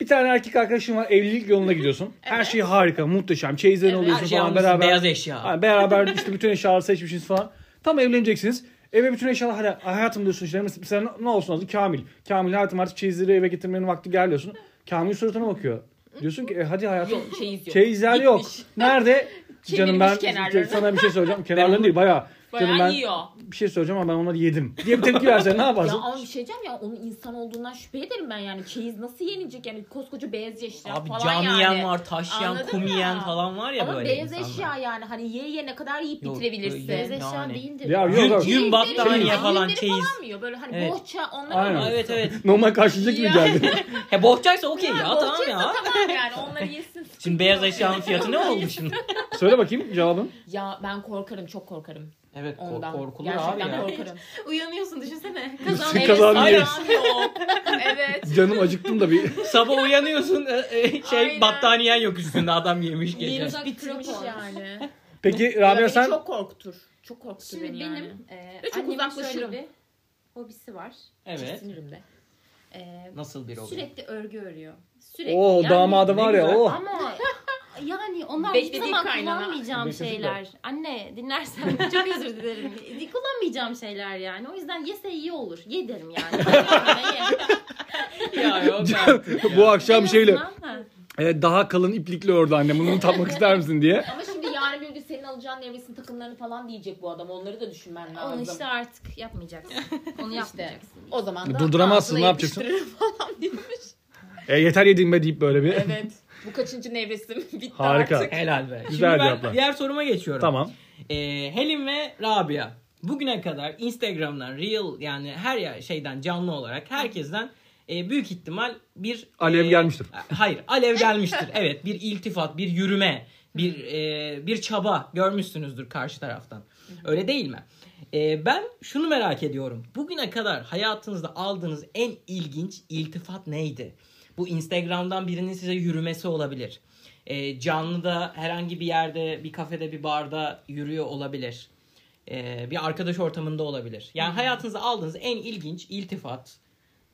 Bir tane erkek arkadaşın var evlilik yoluna gidiyorsun. Her şey harika muhteşem. Çeyizlerin
Evet.
oluyorsun
Her şey
falan
almışsın
beraber.
beyaz eşya.
Ha, beraber işte bütün eşyaları seçmişsiniz falan. Tam evleneceksiniz. Eve bütün eşyalar hani hayatım diyorsun işte. Mesela- Mesela ne olsun adı Kamil. Kamil hayatım artık çeyizleri eve getirmenin vakti geldi diyorsun. Kamil suratına bakıyor. Diyorsun ki e, hadi hayatım
Yok şey şeyiz yok.
Çeyizler yok.
Gitmiş.
Nerede? Canım ben
kenarlarını.
sana bir şey söyleyeceğim. Kenarlarını değil bayağı.
Bayağı
Canım ben
yiyor.
bir şey söyleyeceğim ama ben onları yedim. Diye bir tepki versen ne
Ya
yaparsın?
ama bir şey diyeceğim ya onun insan olduğundan şüphe ederim ben yani. Çeyiz nasıl yenilecek yani koskoca beyaz eşya
Abi
falan
cam
yani.
yiyen var, taş yiyen,
Anladın
kum
mı?
yiyen falan var ya
Ama
böyle
beyaz
insanlar.
eşya yani hani ye ye ne kadar yiyip
Yok,
bitirebilirsin.
öyle
Beyaz
Beyaz
eşya
Yani.
değildir.
Ya
bu.
yok, yok.
Yün battaniye
Çeyizleri
falan çeyiz.
falan mı yiyor? Böyle hani
Evet.
bohça onlar
Aynen.
mı?
Aa, Evet evet.
Normal karşılayacak gibi geldi.
He bohçaysa okey ya tamam
bohçaysa
ya.
Tamam yani onları yesin.
Şimdi beyaz eşyanın fiyatı ne olmuş şimdi?
Söyle bakayım cevabın.
Ya ben korkarım çok korkarım
Evet kor-
ondan.
korkulur abi
Gerçekten
ya.
korkarım.
Uyanıyorsun düşünsene.
Sık
Kazan
kazan
Aynen.
yeriz.
evet.
Canım acıktım da bir.
Sabah uyanıyorsun e, e, şey
Aynen.
battaniyen yok üstünde adam yemiş gece.
Yemiş bitirmiş yani.
Peki
Ya
Rabia
beni
sen
çok korkutur. Çok korkutur
Şimdi
beni yani.
benim e,
Ve çok
annemin
uzaklaşırım.
şöyle bir hobisi var.
Evet.
Sinirimde.
Ee,
Nasıl bir olay?
sürekli örgü örüyor. Sürekli.
Oo
Yani-
damadı var ya oh.
ne güzel.
o.
Ama yani onlar hiç
Beklediği
zaman
kaynana.
kullanmayacağım
Beklediği
şeyler. Anne dinlersen çok özür dilerim. kullanmayacağım şeyler yani. O yüzden yese iyi olur. Ye derim yani.
ya yok artık ya.
Bu akşam
şey
şeyle
Ha.
e, daha kalın iplikli ördü annem bunu takmak ister misin diye.
Ama şimdi yarın bir gün senin alacağın nevresin takımlarını falan diyecek bu adam. Onları da düşünmen lazım.
Onu işte artık yapmayacaksın. Onu yapmayacaksın.
O zaman da
Durduramazsın,
ağzına
ne yapacaksın?
yapıştırırım falan demiş.
E, yeter yedim be deyip böyle bir.
Evet. Bu kaçıncı nevresim? Bitti
Harika.
artık.
Helal be.
Güzel
Şimdi ben
cevaplar.
diğer soruma geçiyorum.
tamam.
Ee, Helin ve Rabia bugüne kadar Instagram'dan, Reel yani her yer şeyden canlı olarak herkesten e, büyük ihtimal bir...
Alev
e,
gelmiştir.
Hayır alev gelmiştir. Evet bir iltifat, bir yürüme, bir e, bir çaba görmüşsünüzdür karşı taraftan. Öyle değil mi? E, ben şunu merak ediyorum. Bugüne kadar hayatınızda aldığınız en ilginç iltifat neydi? Bu Instagram'dan birinin size yürümesi olabilir. E, canlıda herhangi bir yerde, bir kafede, bir barda yürüyor olabilir. E, bir arkadaş ortamında olabilir. Yani hayatınızda aldığınız en ilginç iltifat,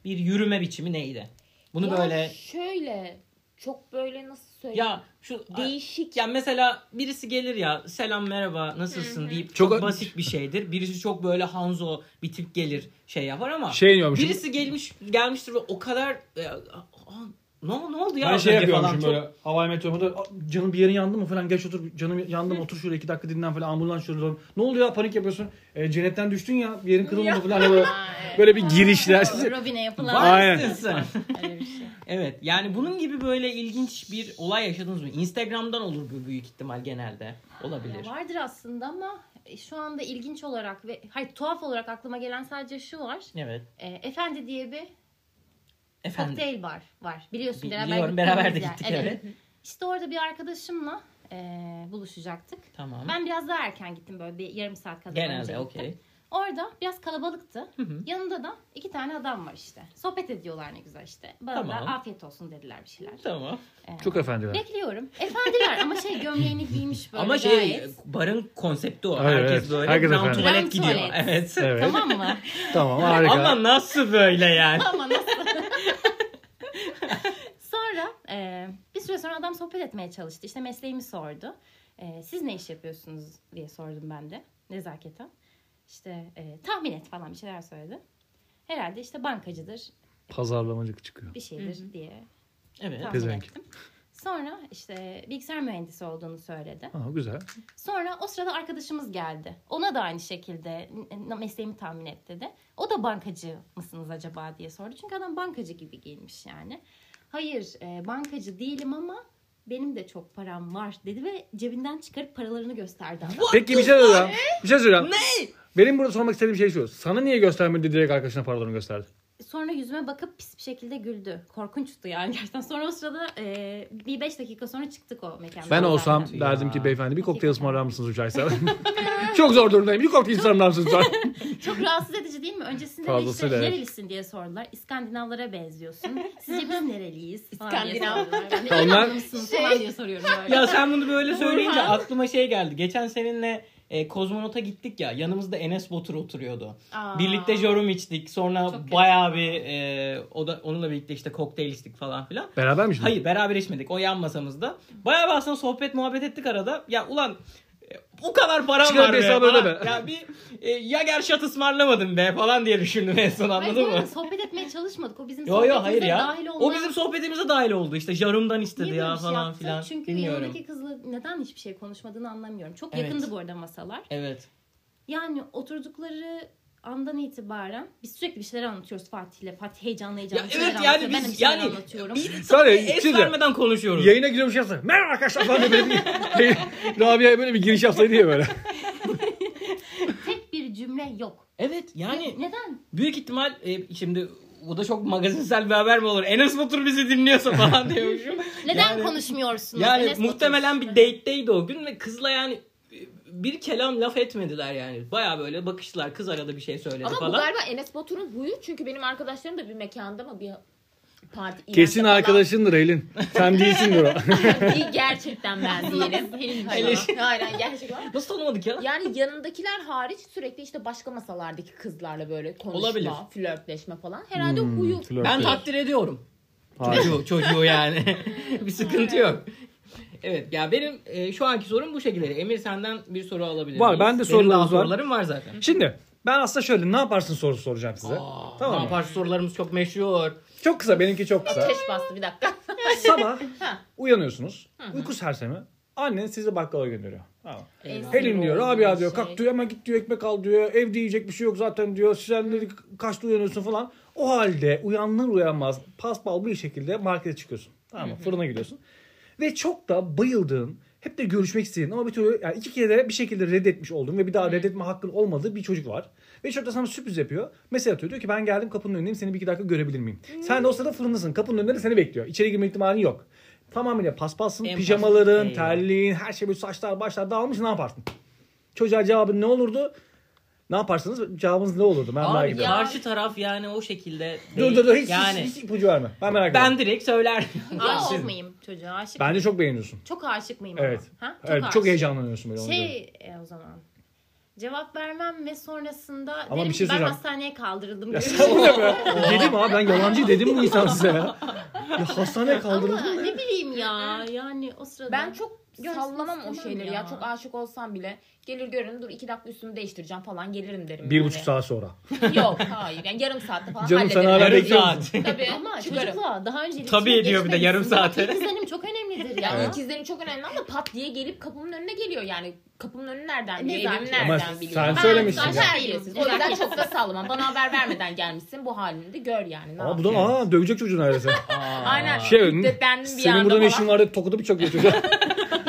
bir yürüme biçimi neydi? Bunu
Ya
böyle
Şöyle. Çok böyle nasıl söyleyeyim?
ya şu
Değişik.
ya mesela birisi gelir ya selam merhaba nasılsın deyip
Çok-
çok, basit bir şeydir. Birisi çok böyle hanzo bir tip gelir şey yapar ama
Şey diyormuşum.
birisi gelmiş gelmiştir ve o kadar e, aa, ne, ol- ne oldu ya
Ben şey
diye falan
yapıyormuşum
çok-
böyle havai meteorumda canım bir yerin yandı mı falan geç otur canım yandı mı otur şöyle iki dakika dinlen falan ambulans şurada. Ne oluyor ya panik yapıyorsun. E, cennetten düştün ya bir yerin kırılmadı falan Hani böyle, böyle bir girişler.
Robin'e yapılan
Var
Aynen.
mısın sen?
öyle bir şey.
evet yani bunun gibi böyle ilginç bir olay yaşadınız mı? Instagram'dan olur bu büyük ihtimal genelde. Olabilir.
Ya vardır aslında ama şu anda ilginç olarak ve hayır tuhaf olarak aklıma gelen sadece şu var.
Evet.
E, Efendi diye bir
Efendim.
kokteyl bar var. Biliyorsun
Biliyorum beraber de
gittiğimiz
gittik
yer.
evet.
İşte orada bir arkadaşımla e, buluşacaktık.
Tamam.
Ben biraz daha erken gittim böyle bir yarım saat kadar önce
Genelde
gittim.
okey.
Orada biraz kalabalıktı.
hı.
Yanında da iki tane adam var işte. Sohbet ediyorlar ne güzel işte. Bana
Tamam.
da afiyet olsun dediler bir şeyler.
Tamam.
E,
Çok efendiler.
Bekliyorum. Efendiler ama şey gömleğini giymiş böyle
Ama şey
gayet.
barın konsepti o.
Evet,
Herkes
evet.
böyle
Herkes
brown
efendim.
tuvalet
Brown
gidiyor.
tuvalet.
Evet.
Evet.
Tamam mı?
Tamam harika.
Ama nasıl böyle yani?
Ama nasıl? sonra e, bir süre sonra adam sohbet etmeye çalıştı. İşte mesleğimi sordu. E, siz ne iş yapıyorsunuz diye sordum ben de nezaketen. İşte e, tahmin et falan bir şeyler söyledi. Herhalde işte bankacıdır
Pazarlamacı çıkıyor.
bir şeydir diye
Evet.
tahmin
Pezevenk.
ettim. Sonra işte bilgisayar mühendisi olduğunu söyledi.
Ha, güzel.
Sonra o sırada arkadaşımız geldi. Ona da aynı şekilde "N- mesleğimi tahmin et dedi. O da bankacı mısınız acaba diye sordu. Çünkü adam bankacı gibi giyinmiş yani. Hayır e, bankacı değilim ama benim de çok param var dedi ve cebinden çıkarıp paralarını gösterdi adam.
Peki bir şey söyleyeceğim. Bir şey söyleyeceğim. Benim burada sormak istediğim şey şu. Sana niye göstermedi direkt arkadaşına paralarını gösterdi?
Sonra yüzüme bakıp pis bir şekilde güldü. Korkunçtu yani gerçekten. Sonra o sırada e, bir beş dakika sonra çıktık o mekandan.
Ben olsam
zaten.
derdim ki
Ya.
beyefendi bir kokteyl ısmarlar mısınız rica etsem? Çok zor durumdayım. Bir kokteyl ısmarlar mısınız lütfen?
Çok rahatsız edici değil mi? Öncesinde de işte
Fazlasıyla, evet.
nerelisin diye sordular. İskandinavlara benziyorsun. Sizce biz nereliyiz?
İskandinav.
İskandinavlar.
Onlar-
Onlar... falan diye soruyorum böyle.
Ya sen bunu böyle söyleyince aklıma şey geldi. Geçen seninle e, Kozmonot'a gittik ya. Yanımızda Enes Batur oturuyordu.
Aa.
Birlikte jorum içtik. Sonra
Çok kötü.
bayağı bir e, o da onunla birlikte işte kokteyl içtik falan filan.
Beraber mi şimdi?
Hayır beraber içmedik. O yan masamızda. Bayağı bir aslında sohbet muhabbet ettik arada. Ya ulan e, o kadar param
Çıkar
var
bir
be
hesabı
falan.
ödeme.
Ya bir e, ya gerşat ısmarlamadım be falan diye düşündüm en son
Hayır,
anladın
bu arada
mı?
sohbet etmeye çalışmadık. O bizim
Yo yo hayır
sohbetimize
ya.
dahil olmayan...
O bizim sohbetimize dahil oldu işte. Jarum'dan
Niye
istedi
böyle
ya
bir şey
falan
yaptı?
filan.
Çünkü
Bilmiyorum.
yanındaki kızla neden hiçbir şey konuşmadığını anlamıyorum. Çok
Evet.
yakındı bu arada masalar.
Evet.
Yani oturdukları andan itibaren biz sürekli bir şeyler anlatıyoruz Fatih'le. Fatih heyecanlı
Ya
heyecanlı bir şeyler
evet yani
anlatıyor. Ben de bir
biz
şeyler
yani
anlatıyorum.
bir
Sonra
sana
içeri-
es vermeden konuşuyoruz.
Yayına giriyormuş yapsa. Merhaba arkadaşlar falan diye böyle bir- Şey, Rabia'ya böyle bir giriş yapsaydı ya böyle.
Tek bir cümle yok.
Evet yani
Neden?
büyük ihtimal e, şimdi bu da çok magazinsel bir haber mi olur? Enes Batur bizi dinliyorsa falan diyormuşum.
Neden
Yani-
konuşmuyorsunuz?
Yani
Enes Batur?
muhtemelen bir date'deydi o gün ve kızla yani bir kelam laf etmediler yani. Baya böyle bakıştılar. Kız arada bir şey söyledi
Ama bu
falan.
galiba Enes Batur'un huyu. Çünkü benim arkadaşlarım da bir mekanda mı bir parti iğrenç
Kesin
falan.
arkadaşındır Elin. Sen değilsindir o.
İyi, gerçekten ben değilim. Hayır, hayır gerçekten.
Nasıl tanımadık ya?
Yani yanındakiler hariç sürekli işte başka masalardaki kızlarla böyle konuşma,
Olabilir.
flörtleşme falan. Herhalde
Hmm,
huyu.
flört.
Ben
Okey.
takdir ediyorum.
Hayır.
Çocuğu, çocuğu yani. bir sıkıntı yok. Evet ya benim e, şu anki sorum bu şekilde. Emir senden bir soru alabilir
Var,
miyiz?
ben de
Benim
sorularım
daha
var.
sorularım var zaten.
Şimdi ben aslında şöyle ne yaparsın sorusu soracağım size.
Aa,
tamam
Ne
mı?
yapar sorularımız çok meşhur.
Çok kısa benimki çok kısa.
Ateş bastı bir dakika.
Sabah
Ha.
uyanıyorsunuz. Uyku sersemi. Annen sizi bakkala gönderiyor. Tamam.
En
Helin
sinir
diyor
olduğum
abi ya diyor
şey.
kalk diyor hemen git diyor ekmek al diyor. Evde yiyecek bir şey yok zaten diyor. Sen dedi kaçta uyanıyorsun falan. O halde uyanlar uyanmaz paspal bir şekilde markete çıkıyorsun. Tamam mı? Fırına gidiyorsun. Ve çok da bayıldığın hep de görüşmek istediğin ama bir türlü yani iki kere de bir şekilde reddetmiş olduğun ve bir daha reddetme hakkın olmadığı bir çocuk var. Ve çocuk da sana sürpriz yapıyor. Mesela atıyor diyor ki ben geldim kapının önündeyim seni bir iki dakika görebilir miyim? Sen de o sırada fırındasın kapının önünde de seni bekliyor. İçeri girme ihtimalin yok. Tamamıyla paspalsın,
En
pijamaların,
pas-
terliğin, her şey böyle saçlar başlar dağılmış ne yaparsın? Çocuğa cevabın ne olurdu? Ne yaparsınız? Cevabınız ne olurdu? Ben merak
Abi
ediyorum.
karşı taraf yani o şekilde
Dur
değil.
dur dur hiç,
yani
hiç, hiç ipucu verme. Ben merak ediyorum.
ben direkt söyler.
Aşık mıyım çocuğa? Aşık
Bence çok beğeniyorsun.
Çok aşık mıyım
Evet.
ama? Ha?
evet, çok
aşık.
heyecanlanıyorsun böyle. ona göre.
Şey e, o zaman. Cevap vermem ve sonrasında
Ama
derim
bir şey
ki ben
soracağım.
hastaneye kaldırıldım.
Ya
gibi.
sen bu ne be? dedim abi ben yalancı dedim bu insan size ya. Ya hastaneye
Ama
kaldırıldı.
ne bileyim ya yani o sırada.
Ben çok
Görsün
sallamam o
istemem
şeyleri ya.
ya.
Çok aşık olsam bile gelir görün dur iki dakika üstümü değiştireceğim falan gelirim derim.
Bir
yani.
buçuk saat sonra.
Yok hayır yani yarım saatte falan
Canım sen
hallederim.
hala
Yarım
bekliyor
saat.
musun?
Tabii
ama
çıkarım.
çocukla daha önce
Tabii
iletişime
ediyor bir de yarım
geçmemişsin.
saate.
İkizlenim çok önemlidir ya.
Yani
Evet.
ikizlerim çok önemli ama pat diye gelip kapımın önüne geliyor yani. Kapımın önü nereden
E,
biliyor,
ne
evim
zaten?
nereden
Ama
biliyor.
sen
Ben
söylemişsin
zaten
ya.
terbiyesiz. O yüzden çok da sallamam. Bana haber vermeden gelmişsin bu halini de gör yani. Ne
Aa, bu
yapayım?
da aa, dövecek çocuğu neredeyse.
Aynen.
Şey,
Şiddetlendim bir
senin
anda
burada ne
falan.
işin var diye tokadı bir çakıyor çocuğa.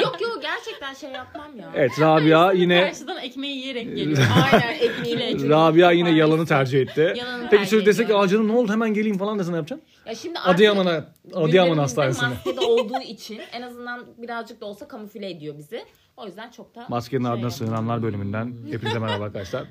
Yok yok gerçekten şey yapmam ya.
evet Rabia yine
Karşıdan ekmeği yiyerek geliyor.
Aynen ekmeğiyle.
Rabia yine yalanı tercih etti.
Yalanı
Peki
tercih
çocuk desek ki
ediyorum.
"Aa canım ne oldu hemen geleyim falan dese ne yapacaksın?
Ya şimdi artık
Adıyaman'a Adıyaman
günlerimizde
Hastanesi'ne.
Maskede olduğu için en azından birazcık da olsa kamufle ediyor bizi. O yüzden çok da
Maskenin ardına sığınanlar bölümünden hepinize merhaba arkadaşlar.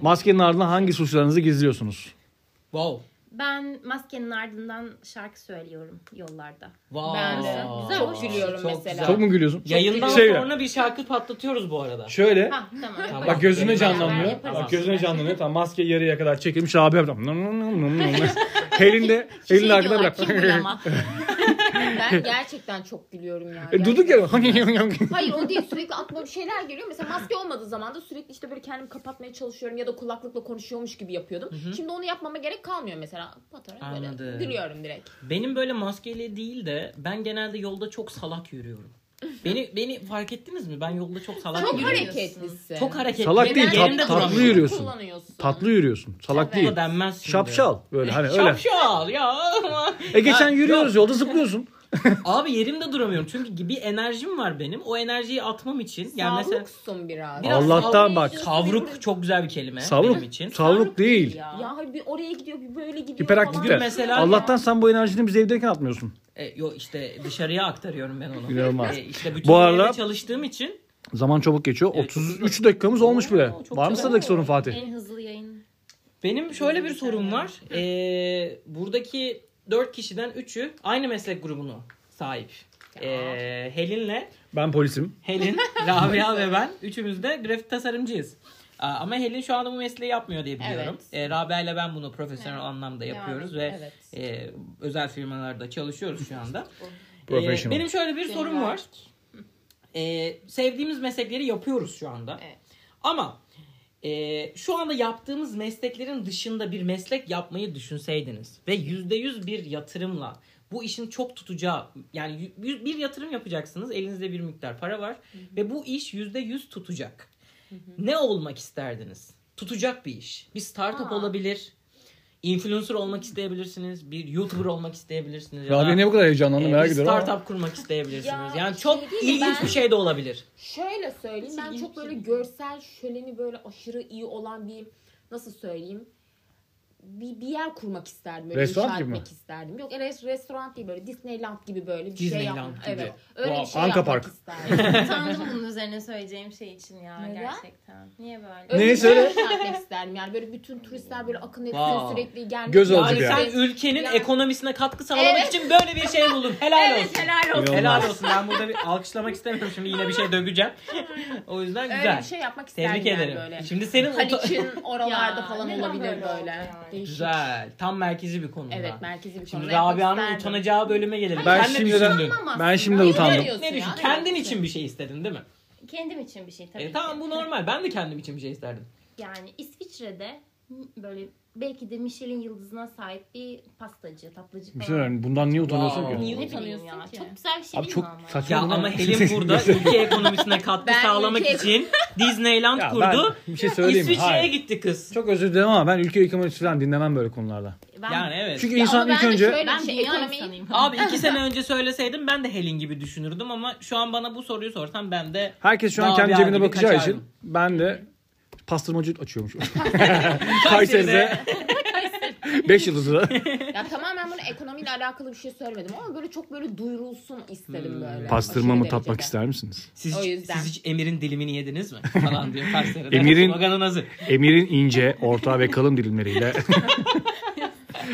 Maskenin ardına hangi suçlarınızı gizliyorsunuz?
wow.
Ben maskenin ardından şarkı söylüyorum yollarda.
Wow.
Ben de. Güzel,
Çok
hoş gülüyorum mesela.
güzel.
Çok mu gülüyorsun?
Yayından
Şey ya,
sonra bir şarkı patlatıyoruz bu arada.
Şöyle.
Ha tamam. yaparız.
Bak gözüne
Yaparız.
canlanıyor.
Yaparız.
Bak gözüne canlanıyor. Tamam maske yarıya kadar çekilmiş abi yapacağım. Nom nom nom nom nom. Elin de elin
Şey
arkada
diyorlar,
bırak.
kim bu ama?
ben gerçekten çok gülüyorum ya.
E, durduk
Gerçekten.
ya.
Hayır o değil sürekli aklıma bir şeyler geliyor. Mesela maske olmadığı zaman da sürekli işte böyle kendimi kapatmaya çalışıyorum ya da kulaklıkla konuşuyormuş gibi yapıyordum. Şimdi onu yapmama gerek kalmıyor mesela. Patarak böyle
Anladım.
gülüyorum direkt.
Benim böyle maskeyle değil de ben genelde yolda çok salak yürüyorum. Beni beni fark ettiniz mi? Ben yolda çok salak
Çok
yürüyorum.
hareketlisin.
Çok hareketli.
Salak değil
Neden?
tat,
Yerinde
tatlı
duramıyorsun.
yürüyorsun.
Kullanıyorsun.
Tatlı yürüyorsun. Salak değil.
O denmez şimdi.
Şapşal böyle hani öyle.
Şapşal ya.
E geçen yürüyoruz yolda zıplıyorsun.
Abi yerimde duramıyorum. Çünkü bir enerjim var benim. O enerjiyi atmam için. Yani mesela
Savruksun biraz.
Biraz
Allah'tan bak.
savruk çok güzel bir kelime
Savruk.
benim için.
Savruk değil.
Ya hayır bir oraya gidiyor bir böyle gidiyor falan.
Dün
Hiperaktifler.
mesela-
Allah'tan sen bu enerjini biz evdeyken atmıyorsun.
E, yo işte dışarıya aktarıyorum ben onu. E,
İnanılmaz.
işte bütün
Bu
Bu
arada-
çalıştığım için
Zaman çabuk geçiyor. 33 dakikamız olmuş bile.
Oo, çok
Var mı
güzel.
sıradaki sorun Fatih?
En hızlı yayın.
benim şöyle bir sorum var. E, buradaki 4 kişiden 3'ü aynı meslek grubuna sahip. E, Helin'le
Ben polisim.
Helin, Rabia ve ben üçümüz de grafik tasarımcıyız. Aa, Ama Helin şu anda bu mesleği yapmıyor diye biliyorum. Ee, Rabia ile ben bunu profesyonel anlamda yapıyoruz ve e, özel firmalarda çalışıyoruz şu anda. Ee,
Professional.
benim şöyle bir sorum var. Ee, sevdiğimiz meslekleri yapıyoruz şu anda.
Evet.
Ama e, şu anda yaptığımız mesleklerin dışında bir meslek yapmayı düşünseydiniz ve %100 bir yatırımla bu işin çok tutacağı yani y- y- bir yatırım yapacaksınız elinizde bir miktar para var ve bu iş %100 tutacak. Ne olmak isterdiniz? Tutacak bir iş. Bir startup
Aa.
olabilir. Influencer olmak isteyebilirsiniz. Bir YouTuber olmak isteyebilirsiniz. ya da-
Rabia niye bu kadar heyecanlandı
ee,
merak
bir
ediyorum ama.
startup kurmak isteyebilirsiniz.
Ya
yani
şey
çok
değil de
ilginç
ben-
bir şey de olabilir.
Şöyle söyleyeyim ben çok böyle görsel şöleni böyle aşırı iyi olan bir nasıl söyleyeyim bir, bir yer kurmak isterdim. Böyle
Restoran
inşa
gibi mi?
etmek isterdim. Yok res, restoran değil böyle Disneyland gibi böyle bir şey
Disneyland
yapmak.
gibi.
Evet. Öyle bir
Wow,
şey
Anka
yapmak
Park.
isterdim.
Utandım bunun üzerine söyleyeceğim şey için ya
Neden?
gerçekten. Niye böyle?
Neyi söyle?
şey Yapmak isterdim yani böyle bütün turistler böyle akın etsin
Wow.
sürekli gelmiş.
Göz
Yani
alıcı bir
sen
yer.
şey-
ülkenin
Yani-
ekonomisine katkı sağlamak
Evet.
için böyle bir şey buldun. Helal
Evet
olsun.
helal olsun.
İnanılmaz.
Helal olsun. Ben burada bir alkışlamak istemiyorum. Şimdi yine bir şey dökeceğim. O yüzden
Öyle bir
güzel.
şey yapmak isterdim
Tebrik
yani
ederim.
böyle.
Şimdi senin oto-
Haliç'in oralarda
Ya,
falan
neden
olabilir
böyle
böyle.
oldu yani?
Değişik.
Güzel. Tam merkezi bir konu.
Evet
da.
merkezi bir konu. Hani
Şimdi Rabia'nın utanacağı bölüme gelelim.
Ben
Sen ne
şimdiden-
düşündün?
Ben şimdi utandım.
Ne düşün? Kendin için bir şey istedin değil mi?
Kendim için bir şey tabii
E,
ki.
tamam bu normal. Ben de kendim için bir şey isterdim.
Yani İsviçre'de böyle belki de Michelin yıldızına sahip bir pastacı, tatlıcı
Bir
falan.
şey söyleyeyim. Bundan niye utanıyorsun
Wow.
Ne
ki?
Niye
bileyim
utanıyorsun
ya.
ki?
Çok güzel bir şey
Abi
değil
çok
mi ama?
saçma.
Ya
Bundan-
ama Helin burada ülke ekonomisine katkı
Ben
sağlamak
ülke-
için Disneyland
Ya
kurdu.
ben bir şey söyleyeyim mi?
İsviçre'ye
Hayır.
gitti kız.
Çok özür dilerim ama ben ülke ekonomisi falan dinlemem böyle konularda.
Ben,
Yani evet.
Çünkü insan ilk önce
ben bir şey
ekonomi
ekonomiyim.
Abi iki sene önce söyleseydim ben de Helin gibi düşünürdüm ama şu an bana bu soruyu sorsan ben de
herkes şu
Daha
an kendi
bir
cebine
halde bir
bakacağı
kaçardım.
için ben de pastırmacı açıyormuş. Kayseri'de 5 yıldızlı.
Ya tamamen bunu ekonomiyle alakalı bir şey söylemedim ama böyle çok böyle duyurulsun istedim
Hmm.
böyle.
Pastırma mı
Aşırı
tatmak
derecede.
ister misiniz?
siz,
O
hiç,
yüzden.
siz hiç Emir'in dilimini yediniz mi? Falan diyor Kayseri'de.
Emir'in-
Sloganın hazır.
Emir'in ince, orta ve kalın dilimleriyle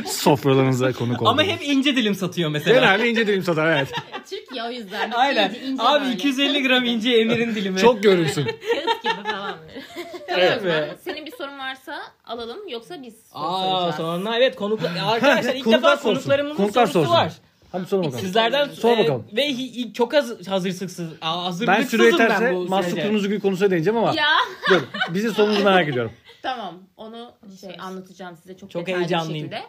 sofralarınıza konuk oldu.
Ama hep ince dilim satıyor mesela.
Genelde ince dilim satar evet.
Türkiye o yüzden.
Aynen.
İnce- ince
Abi
böyle.
250 gram ince Emir'in dilimi.
Çok görünsün.
Kağıt gibi falan. böyle.
Tamam o zaman senin bir sorun varsa alalım yoksa biz soru
Aa
soracağız.
sonra evet konuklar arkadaşlar ilk
Konuklar
defa
sorsun.
konuklarımızın
Konuklar
sorusu
sorsun.
var.
Hadi sor bakalım.
Sizlerden
Sor
e,
bakalım.
ve hi- hi- çok az hazırsızsız. Aa,
Ben
hazırlıksızım
süre
ben,
yeterse
bu
Mahsun
sürece.
Kırmızı Gül konusuna değineceğim ama
Ya
dur. Bizi sonunuzu merak ediyorum.
tamam onu şey
Konuşuruz.
anlatacağım size çok,
Çok
detaylı
heyecanlıyım.
bir şekilde.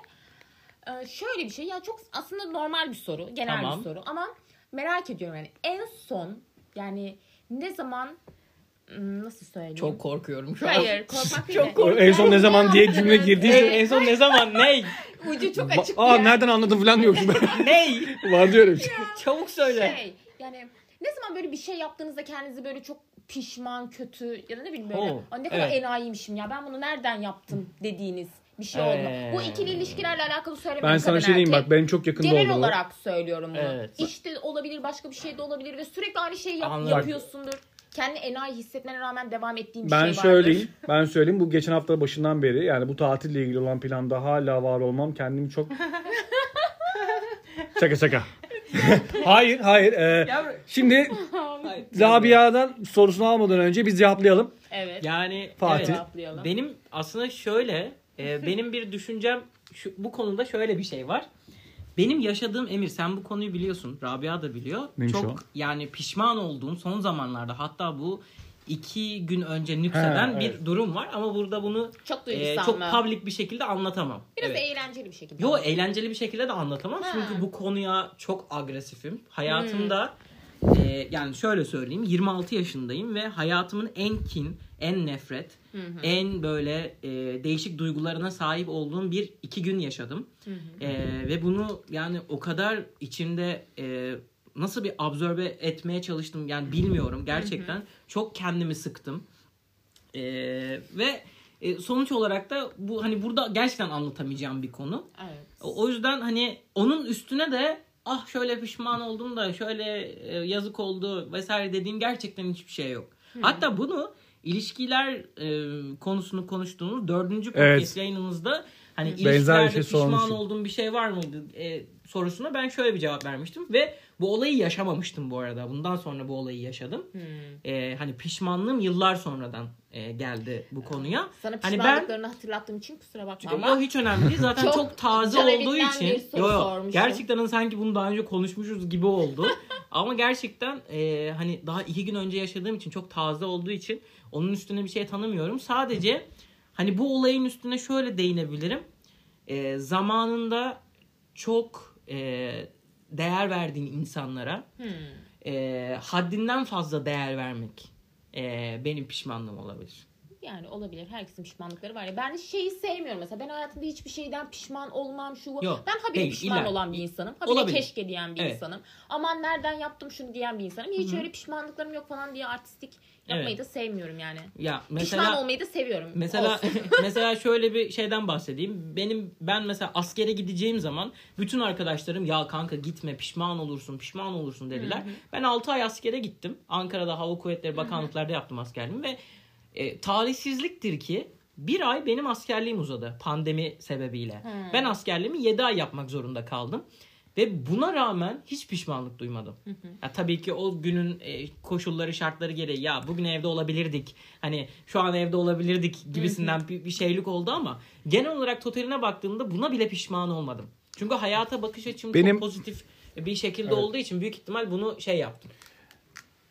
Ee, şöyle bir şey ya çok aslında normal bir soru genel
Tamam.
bir soru ama merak ediyorum yani en son yani ne zaman hmm, nasıl söyleyeyim?
Çok korkuyorum şu an.
Hayır korkmak değil de.
en son ne zaman diye cümle
En,
girdiyse
en son ne zaman ney?
Ucu çok
Ba-
açık.
Aa
yani.
nereden anladın falan diyormuş.
ney?
Var diyor öyle bir şey.
Çabuk söyle.
Şey, yani ne zaman böyle bir şey yaptığınızda kendinizi böyle çok pişman, kötü ya da ne bileyim böyle
Oo,
"Aa, ne kadar
evet.
enayiymişim ya ben bunu nereden yaptım dediğiniz bir şey
Ee.
oldu. mu? Bu ikili ilişkilerle alakalı söylemiyorum.
Ben sana
kadın
şey diyeyim
erkek.
bak benim çok yakında
Genel
oldu bu.
olarak söylüyorum bunu.
Evet.
İşte olabilir, başka bir şey de olabilir ve sürekli aynı şeyi yap-
Anladım.
yapıyorsundur. Kendi enayi hissetmene rağmen devam ettiğin bir şey
Ben
vardır.
söyleyeyim. Ben söyleyeyim. Bu geçen hafta başından beri yani bu tatille ilgili olan planda hala var olmam kendimi çok... şaka şaka. hayır hayır. Ee,
Yavru-
şimdi
Hayır.
Rabia'dan sorusunu almadan önce biz cevaplayalım.
Evet.
Yani
Fatih.
evet.
Cevaplayalım.
benim aslında şöyle e, benim bir düşüncem şu, bu konuda şöyle bir şey var. Benim yaşadığım Emir sen bu konuyu biliyorsun. Rabia da biliyor.
Neymiş
Çok
o?
yani pişman olduğum son zamanlarda hatta bu iki gün önce nükseden
Ha, evet.
bir durum var ama burada bunu
Çok
e,
duygusal
çok
mı?
public bir şekilde anlatamam.
Biraz
Evet.
eğlenceli bir şekilde.
Yo eğlenceli bir şekilde de anlatamam.
Ha.
Çünkü bu konuya çok agresifim. Hayatımda
Hmm.
e, yani şöyle söyleyeyim 26 yaşındayım ve hayatımın en kin, en nefret, en böyle e, değişik duygularına sahip olduğum bir iki gün yaşadım. E, ve bunu yani o kadar içimde e, nasıl bir absorbe etmeye çalıştım yani bilmiyorum gerçekten. Çok kendimi sıktım. E, ve e, sonuç olarak da bu hani burada gerçekten anlatamayacağım bir konu.
Evet.
O o yüzden hani onun üstüne de ah şöyle pişman oldum da şöyle e, yazık oldu vesaire dediğim gerçekten hiçbir şey yok. Hatta bunu ilişkiler e, konusunu konuştuğumuz dördüncü podcast
Evet.
yayınımızda hani
bir
ilişkilerde
şey
pişman
sormuştum.
olduğum bir şey var mıydı e, sorusuna ben şöyle bir cevap vermiştim ve bu olayı yaşamamıştım bu arada. Bundan sonra bu olayı yaşadım. E, hani pişmanlığım yıllar sonradan e, geldi bu konuya.
Sana
Hani ben-
pişmanlıklarını hatırlattığım için kusura bakma ama.
Yo hiç önemli değil. Zaten
Çok
çok, taze
can
olduğu
evinden bir
için.
soru sormuşum.
Gerçekten hani sanki bunu daha önce konuşmuşuz gibi oldu. Ama gerçekten e, hani daha iki gün önce yaşadığım için çok taze olduğu için onun üstüne bir şey tanımıyorum. Sadece hani bu olayın üstüne şöyle değinebilirim. E, zamanında çok e, değer verdiğin insanlara e, haddinden fazla değer vermek e, benim pişmanlığım olabilir.
Yani olabilir. Herkesin pişmanlıkları var ya. Ben şeyi sevmiyorum mesela. Ben hayatımda hiçbir şeyden pişman olmam şu.
Yok,
ben habire
değil,
pişman
illa-
olan bir insanım. Habire
Olabilir.
keşke diyen bir
Evet.
insanım. Aman nereden yaptım şunu diyen bir insanım. Hiç öyle pişmanlıklarım yok falan diye artistik yapmayı
Evet.
da sevmiyorum yani.
Ya
Pişman
mesela
olmayı da seviyorum.
Mesela
Olsun.
mesela şöyle bir şeyden bahsedeyim. Benim ben mesela askere gideceğim zaman bütün arkadaşlarım ya kanka gitme pişman olursun pişman olursun dediler. Ben 6 ay askere gittim. Ankara'da Hava Kuvvetleri Bakanlıkları'da yaptım askerliğimi ve e, talihsizliktir ki bir ay benim askerliğim uzadı pandemi sebebiyle. Ben askerliğimi 7 ay yapmak zorunda kaldım. Ve buna rağmen hiç pişmanlık duymadım. Ya tabii ki o günün e, koşulları şartları gereği ya bugün evde olabilirdik. Hani şu an evde olabilirdik gibisinden bir, bir şeylik oldu ama genel olarak totaline baktığımda buna bile pişman olmadım. Çünkü hayata bakış açım
Benim-
çok pozitif bir şekilde olduğu için büyük ihtimal bunu şey yaptım.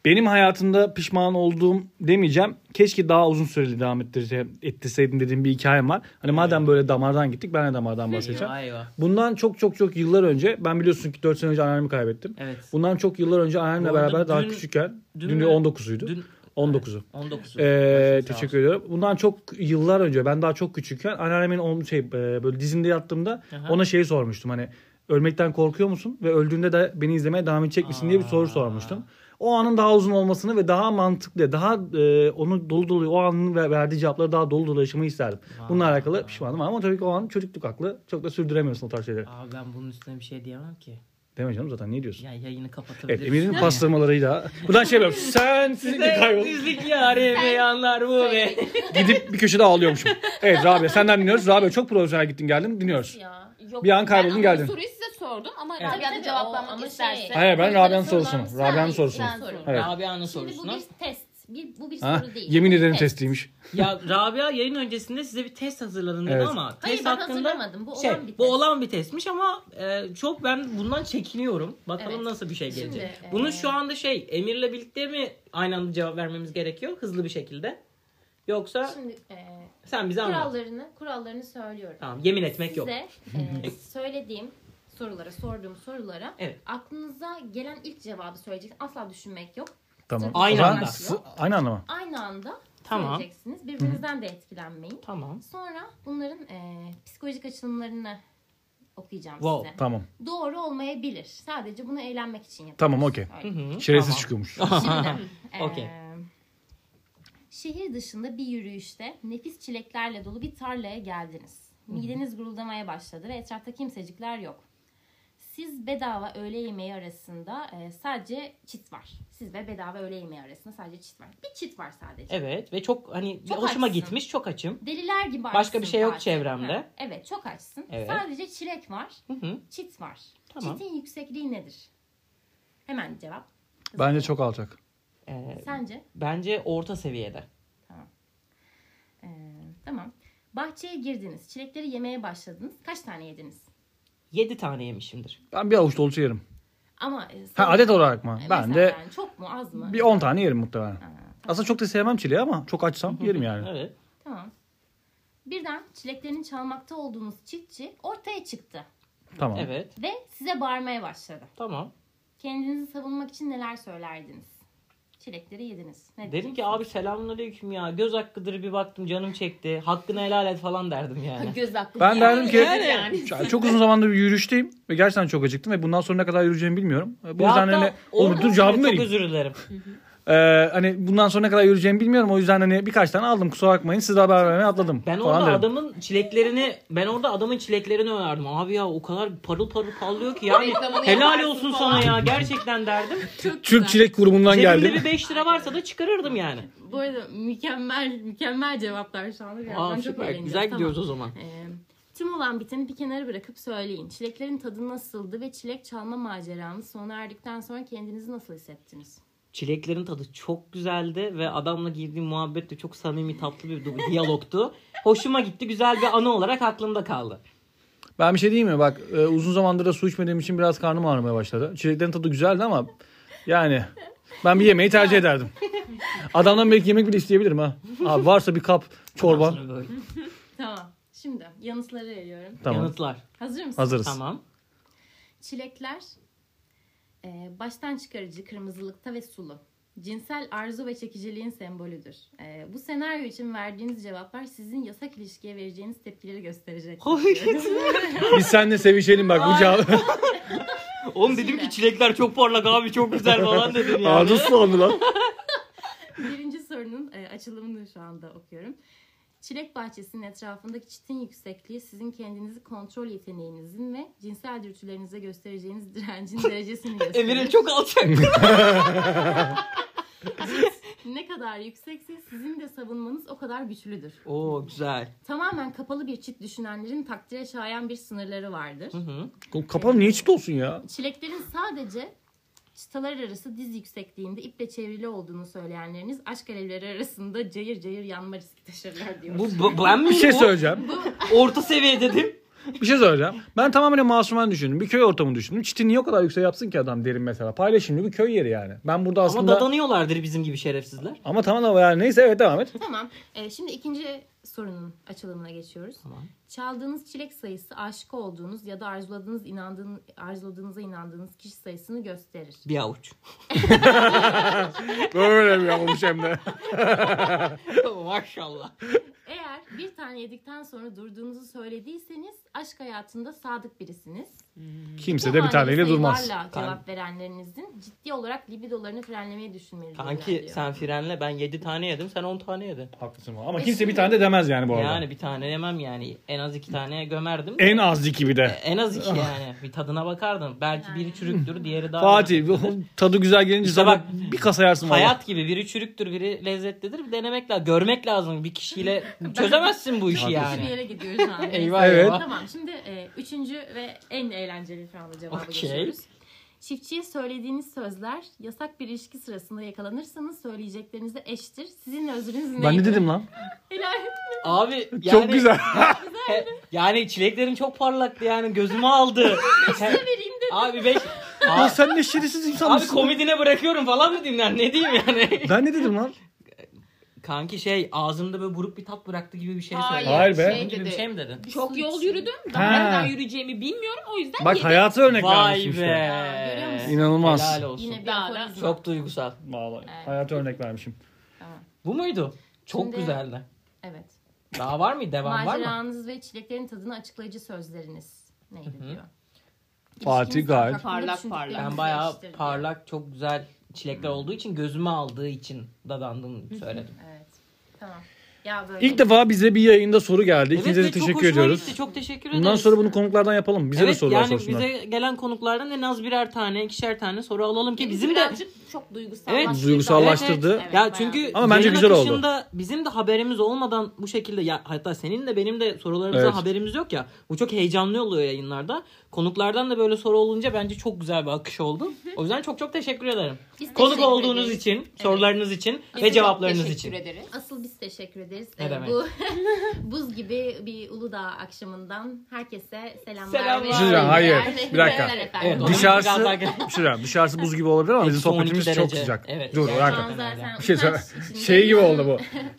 Benim hayatımda pişman olduğum demeyeceğim. Keşke daha uzun süreli devam ettirse, ettirseydim dediğim bir hikayem var. Hani madem böyle damardan gittik ben de damardan bahsedeceğim.
Vay vay.
Bundan çok çok çok yıllar önce ben biliyorsun ki 4 sene önce annemi kaybettim.
Evet.
Bundan çok yıllar önce
Bu
annemle
arada
beraber daha
dün-
küçükken
dün
dün,
mü?
19'uydu.
Dün
19'u.
19.
Ee, teşekkür ediyorum. Bundan çok yıllar önce ben daha çok küçükken anneannemin om- şey e, böyle dizinde yattığımda
Aha.
ona şeyi sormuştum hani ölmekten korkuyor musun ve öldüğünde de beni izlemeye devam edecek misin diye bir soru
Aa.
sormuştum. O anın daha uzun olmasını ve daha mantıklı, daha e, onu dolu dolu o anın ve- verdiği cevapları daha dolu dolu yaşamayı isterdim. Bununla alakalı pişmanım ama tabii ki o an çocukluk aklı çok da sürdüremiyorsun o tarz şeyleri.
Abi ben bunun üstüne bir şey diyemem ki.
Deme canım zaten niye diyorsun?
Ya yayını kapatabiliriz.
Evet Emir'in
Yani.
pastırmalarıyla. Buradan şey yapıyorum. Sen sizin kaybol.
Sizlik yare beyanlar bu ve.
Gidip bir köşede ağlıyormuşum. Evet Rabia senden dinliyoruz. Rabia çok profesyonel gittin geldin dinliyoruz.
ya. Yok,
Bir an kaybettin,
ben ama
geldin.
Bu soruyu size sordum ama
Evet.
Rabia da
Tabii,
cevaplamak
o ama şey-
isterse.
Hayır ben
Onların
Rabia'nın
sorularını-
sorusunu. Rabia'nın
Ha,
sorusunu.
sen sor.
Evet.
Rabia'nın
Şimdi bu
sorusuna.
bir test. Bir, bu bir
Ha,
soru değil.
yemin
Bu
ederim
test.
testiymiş.
Ya Rabia yayın öncesinde size bir test hazırladın dedi
Evet.
ama
Hayır,
test
ben
hakkında
hazırlamadım. Bu
şey,
olan bir
bu
test.
olan bir testmiş ama e, çok ben bundan çekiniyorum. Bakalım
Evet.
nasıl bir şey gelecek.
Şimdi, e,
Bunu şu anda şey Emir'le birlikte mi aynı anda cevap vermemiz gerekiyor hızlı bir şekilde? Yoksa
Şimdi e,
sen bize anlat.
kurallarını kurallarını söylüyorum.
Tamam yemin etmek yok.
Size e, söylediğim sorulara, sorduğum sorulara
Evet.
aklınıza gelen ilk cevabı söyleyeceksin. Asla düşünmek yok.
Tamam.
Aynı
O zaman
anda.
s- Aynı anda mı?
Aynı anda
Tamam.
söyleyeceksiniz. Birbirinizden de etkilenmeyin.
Tamam.
Sonra bunların e, psikolojik açılımlarını okuyacağım
Wow,
size.
Tamam.
Doğru olmayabilir. Sadece bunu eğlenmek için yapın.
Tamam okey.
Öyle.
Hı hı.
Şerefsiz
Tamam.
çıkıyormuş.
Şimdi, eee,
Okey.
Şehir dışında bir yürüyüşte nefis çileklerle dolu bir tarlaya geldiniz. Mideniz guruldamaya başladı ve etrafta kimsecikler yok. Siz bedava öğle yemeği arasında eee, sadece çit var. Siz ve bedava öğle yemeği arasında sadece çit var. Bir çit var sadece.
Evet ve çok hani
Çok
hoşuma
açsın.
gitmiş çok açım.
Deliler gibi
Başka
açsın
bir şey yok
zaten.
çevremde.
Ha, Evet çok açsın.
Evet.
Sadece çilek var,
Hı hı.
çit var.
Tamam.
Çitin yüksekliği nedir? Hemen cevap.
Bence çok alacak.
Ee,
Sence?
bence orta seviyede.
Ee, tamam. Bahçeye girdiniz. Çilekleri yemeye başladınız. Kaç tane yediniz?
7 tane yemişimdir.
Ben bir avuç dolusu yerim.
Ama e,
Ha
sen-
adet olarak mı?
E,
Ben
mesela
de
yani çok mu az mı?
bir 10 tane yerim muhtemelen.
Ha,
Aslında çok da sevmem çileği ama çok açsam yerim yani.
Evet.
tamam. Birden çileklerin çalmakta olduğunuz çiftçi ortaya çıktı
Tamam.
Evet.
ve size bağırmaya başladı.
Tamam.
Kendinizi savunmak için neler söylerdiniz? Çilekleri yediniz. Ne
Dedim ki abi selamünaleyküm ya. Göz hakkıdır bir baktım canım çekti. Hakkını helal et falan derdim yani.
Göz hakkı.
Ben derdim ki
Yani.
Ya çok uzun zamandır bir yürüyüşteyim ve gerçekten çok acıktım ve bundan sonra ne kadar yürüyeceğimi bilmiyorum. Bu
Ve
yüzden
hatta
hani
onun
oğlum dur
için
cevabımı
de
vereyim.
Çok özür dilerim.
Ee, hani bundan sonra ne kadar yürüyeceğimi bilmiyorum. O yüzden hani birkaç tane aldım. Kusura bakmayın. Siz de haber vermeye atladım.
Ben
falan
orada
derim.
adamın çileklerini ben orada adamın çileklerini önerdim. Abi ya o kadar parıl parıl parlıyor ki yani
Reklamını
helal
yaparsın
olsun
falan.
sana ya gerçekten derdim.
Türk Çilek grubundan
Cebimde bir
geldim.
5 lira varsa da çıkarırdım yani.
Bu arada mükemmel mükemmel cevaplar şu anda. Birazdan
Aa
çok
süper
eğleneceğiz.
güzel
Tamam.
gidiyoruz o zaman.
Ee, tüm olan biteni bir kenara bırakıp söyleyin. Çileklerin tadı nasıldı ve çilek çalma maceranız sona erdikten sonra kendinizi nasıl hissettiniz?
Çileklerin tadı çok güzeldi ve adamla girdiğim muhabbet de çok samimi tatlı bir du- diyalogtu. Hoşuma gitti güzel bir anı olarak aklımda kaldı.
Ben bir şey diyeyim mi? Bak e, uzun zamandır da su içmediğim için biraz karnım ağrımaya başladı. Çileklerin tadı güzeldi ama yani ben bir yemeği tercih ederdim. Adamdan belki yemek bile isteyebilirim ha. Abi varsa bir kap çorba.
Sonra böyle
Tamam. Şimdi yanıtları veriyorum.
Tamam.
Yanıtlar.
Hazır mısın?
Hazırız.
Tamam.
Çilekler e, baştan çıkarıcı, kırmızılıkta ve sulu. cinsel arzu ve çekiciliğin sembolüdür. Ee, bu senaryo için verdiğiniz cevaplar sizin yasak ilişkiye vereceğiniz tepkileri gösterecek.
Biz seninle sevişelim bak bu cevap.
Oğlum dedim ki çilekler çok parlak abi çok güzel falan dedin yani.
Ağzı sulandı lan.
Birinci sorunun e, açılımını şu anda okuyorum. Çilek bahçesinin etrafındaki çitin yüksekliği sizin kendinizi kontrol yeteneğinizin ve cinsel dürtülerinize göstereceğiniz direncin derecesini
Emir'in
gösterir.
çok alçak.
ne kadar yüksekse sizin de savunmanız o kadar güçlüdür.
Oo güzel.
Tamamen kapalı bir çit düşünenlerin takdire şayan bir sınırları vardır.
Kapalı niye çift olsun ya?
Çileklerin sadece çıtalar arası diz yüksekliğinde iple çevrili olduğunu söyleyenleriniz aşk alevleri arasında cayır cayır yanma riski taşırlar diyor.
Bu bu- ben mi?
Bir şey
bu?
söyleyeceğim.
Orta seviye dedim.
Bir şey söyleyeceğim. Ben tamamen masumen düşündüm. Bir köy ortamını düşündüm. Çiti niye o kadar yüksek yapsın ki adam derin mesela. Paylaşımlı bir köy yeri yani. Ben burada
Ama
aslında... Ama,
dadanıyorlardır bizim gibi şerefsizler.
tamam ama yani neyse evet devam et.
Tamam. Ee, şimdi ikinci sorunun açılımına geçiyoruz.
Tamam.
Çaldığınız çilek sayısı aşık olduğunuz ya da arzuladığınız inandığın, arzuladığınıza inandığınız kişi sayısını gösterir.
Bir avuç.
Böyle bir yapmış hem de.
Maşallah.
Eğer bir tane yedikten sonra durduğunuzu söylediyseniz aşk hayatında sadık birisiniz.
Kimse
Bu
de bir
haneli
taneyle durmaz.
sayılarla cevap verenlerinizin ciddi olarak libidolarını frenlemeyi düşünmelidir.
Kanki sen frenle ben 7 tane yedim sen 10 tane yedin.
Haklısın ama kimse bir tane de demez yani bu arada.
Yani bir tane yemem yani. En az 2 tane gömerdim.
En az iki bir de.
En az 2 yani. Bir tadına bakardın. Belki biri çürüktür diğeri daha...
Fatih bu- tadı güzel gelince
İşte
sana
bak,
bir kasa yersin valla.
Hayat gibi biri çürüktür biri lezzetlidir. Bir denemek lazım. Görmek lazım. Bir kişiyle çözemezsin bu işi
Bir
yani.
yere gidiyoruz şu an.
Eyvah
Evet.
eyvah.
Tamam şimdi e, üçüncü ve en eğlenceli şu anda cevabı
Okey.
geçiyoruz. Çiftçiye söylediğiniz sözler yasak bir ilişki sırasında yakalanırsanız söyleyeceklerinize eştir. Sizin özrünüz neydi?
Ben ne dedim lan?
Helal.
Abi yani,
Çok güzel.
he- yani çileklerin çok parlaktı yani gözüme aldı. He-
vereyim dedim.
abi beş.
Ya
Abi,
sen ne şerefsiz
abi
insanmışsın.
komedine bırakıyorum falan mı diyeyim yani ne diyeyim yani.
Ben ne dedim lan?
Kanki şey ağzımda böyle buruk bir tat bıraktı gibi bir şey söyledim.
Hayır be.
Bunun gibi bir şey mi dedin?
Çok yol yürüdüm.
Ha.
Daha nereden yürüyeceğimi bilmiyorum. O yüzden
Bak
yedim.
hayatı örnek
Vay
vermişsin
be.
işte.
Aa, görüyor musun?
İnanılmaz.
Helal olsun.
Yine bir
Daha da
aforizma.
Çok duygusal.
Vallahi hayatı örnek vermişim.
Bu muydu? Çok
Şimdi-
güzeldi.
Evet.
Daha var mı? Devam var mı?
Maceranız ve çileklerin tadını açıklayıcı sözleriniz neydi diyor.
Fatih
İlişkiniz
gayet-
hakkında
Parlak
düşündüklerinizi
parlak.
Ben bayağı
eşittir diyor.
parlak, çok güzel çilekler
Hmm.
olduğu için gözüme aldığı için dadandım söyledim.
Evet. Tamam. Ya böyle.
İlk defa bize bir yayında soru geldi.
Evet
İkinize
ve
de
çok
teşekkür
hoşuma
ediyoruz.
Gitti. Çok teşekkür ederiz.
Bundan sonra bunu konuklardan yapalım. Bize
evet,
de sorular
yani
sorsunlar.
bize gelen konuklardan en az birer tane, ikişer tane soru alalım ki
Beni
bizim de
birazcık çok duygusal.
Evet,
duygusallaştırdı.
Evet,
ya
bayağı.
çünkü
Ama bence
yayın
güzel oldu.
akışında bizim de haberimiz olmadan bu şekilde ya hatta senin de benim de sorularımıza
Evet.
haberimiz yok ya. Bu çok heyecanlı oluyor yayınlarda. Konuklardan da böyle soru olunca bence çok güzel bir akış oldu. O yüzden çok çok teşekkür ederim.
Biz
Konuk
teşekkür
olduğunuz
ederiz.
için, sorularınız için
Biz de
ve
çok
cevaplarınız
teşekkür
için.
ederiz.
Asıl biz teşekkür ederiz.
Ne
Ee,
demek.
Bu buz gibi bir Uludağ akşamından herkese selamlar.
Selamlar.
ve
Sizin-
sevgiler.
hayır, bir dakika.
Sevgiler efendim.
Evet, o zaman
Dışarısı,
biraz daha gel-
bir şey söyleyeyim, dışarısı buz gibi olabilir ama bizim
Eksi 12
sohbetimiz çok
derece.
sıcak.
Evet.
Dur
Yani
Şu an
bırak.
Hakikaten öyle.
zaten
Bir şey söyle.
utanç içinde-
Şey gibi oldu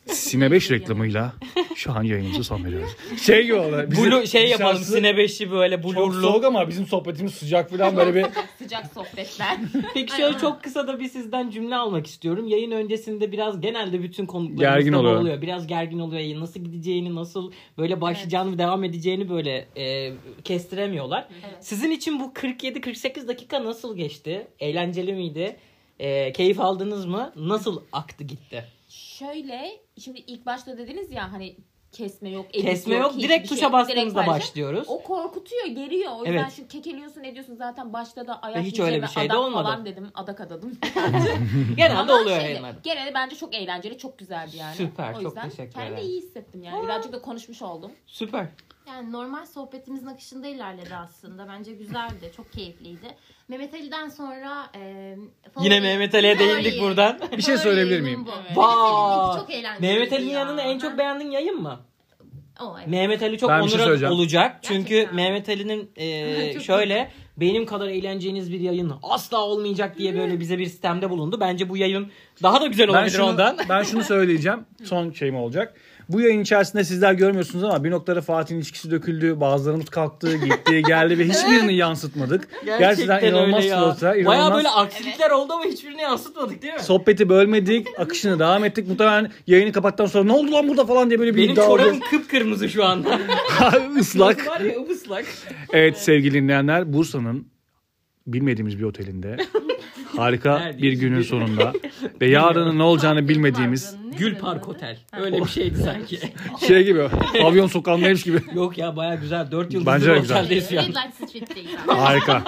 bu. Sine 5 reklamıyla şu an yayınımızı son veriyoruz. Şey gibi oldu. Bizim
Blue şey yapalım
dışarısı
sine beşi böyle
Çok
blurlu.
soğuk ama bizim sohbetimiz sıcak falan böyle bir
Sıcak sohbetler.
Peki şöyle çok kısa da bir sizden cümle almak istiyorum. Yayın öncesinde biraz genelde bütün konuklarımız
Gergin
da bu
oluyor.
Biraz gergin oluyor yayın. Nasıl gideceğini, nasıl böyle başlayacağını, ve devam edeceğini böyle e, kestiremiyorlar.
Evet.
Sizin için bu 47-48 dakika nasıl geçti? Eğlenceli miydi? E, keyif aldınız mı? Nasıl aktı gitti?
Şöyle şimdi ilk başta dediniz ya hani kesme yok, edit
Kesme yok,
hiçbir
direkt
şey
tuşa bastığımızda
Direkt başla.
başlıyoruz.
O korkutuyor, geriyor. O yüzden
Evet.
şu kekeliyorsun, ediyorsun zaten başta da ayak
Ve hiç öyle
yiyeceğime
bir şey de
adak
olmadı.
falan dedim. Adak adadım.
Genelde
Ama şey-
oluyor
şeyde,
yayınlarda.
Gene de bence çok eğlenceli, çok güzeldi yani.
Süper,
o
çok
yüzden
teşekkür
Kendimi
ederim.
iyi hissettim yani. Birazcık da konuşmuş oldum.
Süper.
Yani normal sohbetimizin akışında ilerledi aslında. Bence güzeldi. Çok keyifliydi. Mehmet Ali'den sonra e, favori-
Yine Mehmet Ali'ye değindik
favori-
buradan.
bir şey
favori
söyleyebilir
yayınım
miyim?
bu. Mehmet
Vay.
Ali'ninki çok eğlenceli.
Mehmet Ali'nin yanında en çok beğendiğin yayın mı?
O evet.
Mehmet Ali çok
Ben bir şey
onur
söyleyeceğim.
olacak. Çünkü
Gerçekten.
Mehmet Ali'nin e,
Çok
şöyle benim kadar eğleneceğiniz bir yayın asla olmayacak diye böyle bize bir sistemde bulundu. Bence bu yayın daha da güzel
ben
olabilir
şunu,
ondan.
ben şunu söyleyeceğim. Son şeyim olacak. Bu yayın içerisinde sizler görmüyorsunuz ama bir noktada Fatih'in ilişkisi döküldü. Bazılarımız kalktı, gitti, geldi ve hiçbirini yansıtmadık. Gerçekten inanılmaz flörtler,
Baya
inanılmaz-
böyle aksilikler oldu ama hiçbirini yansıtmadık değil mi?
Sohbeti bölmedik, akışını devam ettik. Muhtemelen yayını kapattıktan sonra ne oldu lan burada falan diye böyle bir
Benim
iddia oldu.
çorabım kıpkırmızı şu anda.
Islak.
Var ya ıslak.
Evet sevgili dinleyenler Bursa'nın bilmediğimiz bir otelinde harika
Neredeyiz?
bir günün sonunda ve yarının ne olacağını bilmediğimiz
Pardon, ne
Gül
dedin
Park
adı?
Otel. Öyle
Oh.
bir şeydi sanki.
şey gibi avyon sokağındaymış gibi.
Yok ya baya güzel. Dört yıldızlı
Bence
bir
de güzel.
oteldeyiz şu an.
Midnight Street'teyiz.
Harika.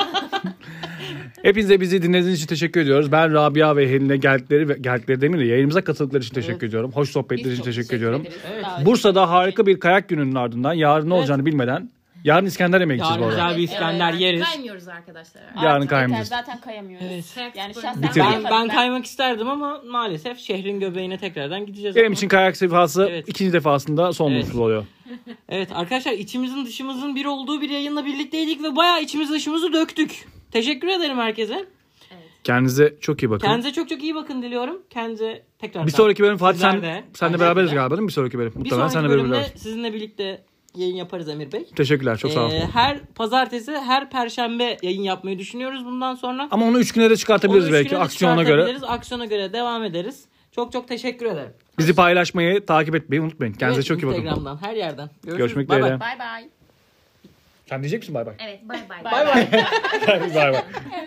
Hepinize bizi dinlediğiniz için teşekkür ediyoruz. Ben Rabia ve Helin'e geldikleri ve geldikleri demeyeyim de yayınımıza katıldıkları için teşekkür ediyorum. Hoş
Biz
sohbetleri için
çok
teşekkür, ediyorum.
ederiz.
Evet.
Davet-
Bursa'da harika bir kayak gününün ardından yarın ne olacağını bilmeden yarın İskender yemeğe gideceğiz bu
Yarın
arada.
güzel bir İskender
Evet,
yeriz.
Kaymıyoruz arkadaşlar.
Artık
Yarın
yeter,
kaymayacağız.
Zaten kayamıyoruz.
Evet.
Yani şahsen
Bitirdik.
Ben,
kayamadım
ben kaymak isterdim ama maalesef şehrin göbeğine tekrardan gideceğiz.
Benim
ama.
için kayak sefası
Evet.
ikinci defasında son
Evet.
bulutlu oluyor.
Evet arkadaşlar içimizin dışımızın bir olduğu bir yayınla birlikteydik ve bayağı içimiz dışımızı döktük. Teşekkür ederim herkese.
Kendinize çok iyi bakın.
Kendinize çok çok iyi bakın diliyorum. Kendinize tekrar
Bir sonraki bölüm Fatih
Sizler
sen,
de.
senle beraberiz galiba değil mi? Bir sonraki bölüm.
bir
Muhtemelen
sonraki
senle
bölümde
beraberiz.
sizinle birlikte yayın yaparız Emir Bey.
Teşekkürler çok sağ olun.
Ee, her pazartesi, her perşembe yayın yapmayı düşünüyoruz bundan sonra.
Ama onu üç güne de çıkartabiliriz
Onu üç
belki
güne de
aksiyona göre.
çıkartabiliriz. Aksiyona göre devam ederiz. Çok çok teşekkür ederim.
Bizi paylaşmayı, takip etmeyi unutmayın. Kendinize
Evet,
çok iyi bakın.
Instagram'dan, her yerden. Görüşürüz.
Görüşmek
Bay bay.
üzere.
Bay bay.
Sen diyecek misin bay bay?
Evet. Bay bay.
Bay bay.
bay bay.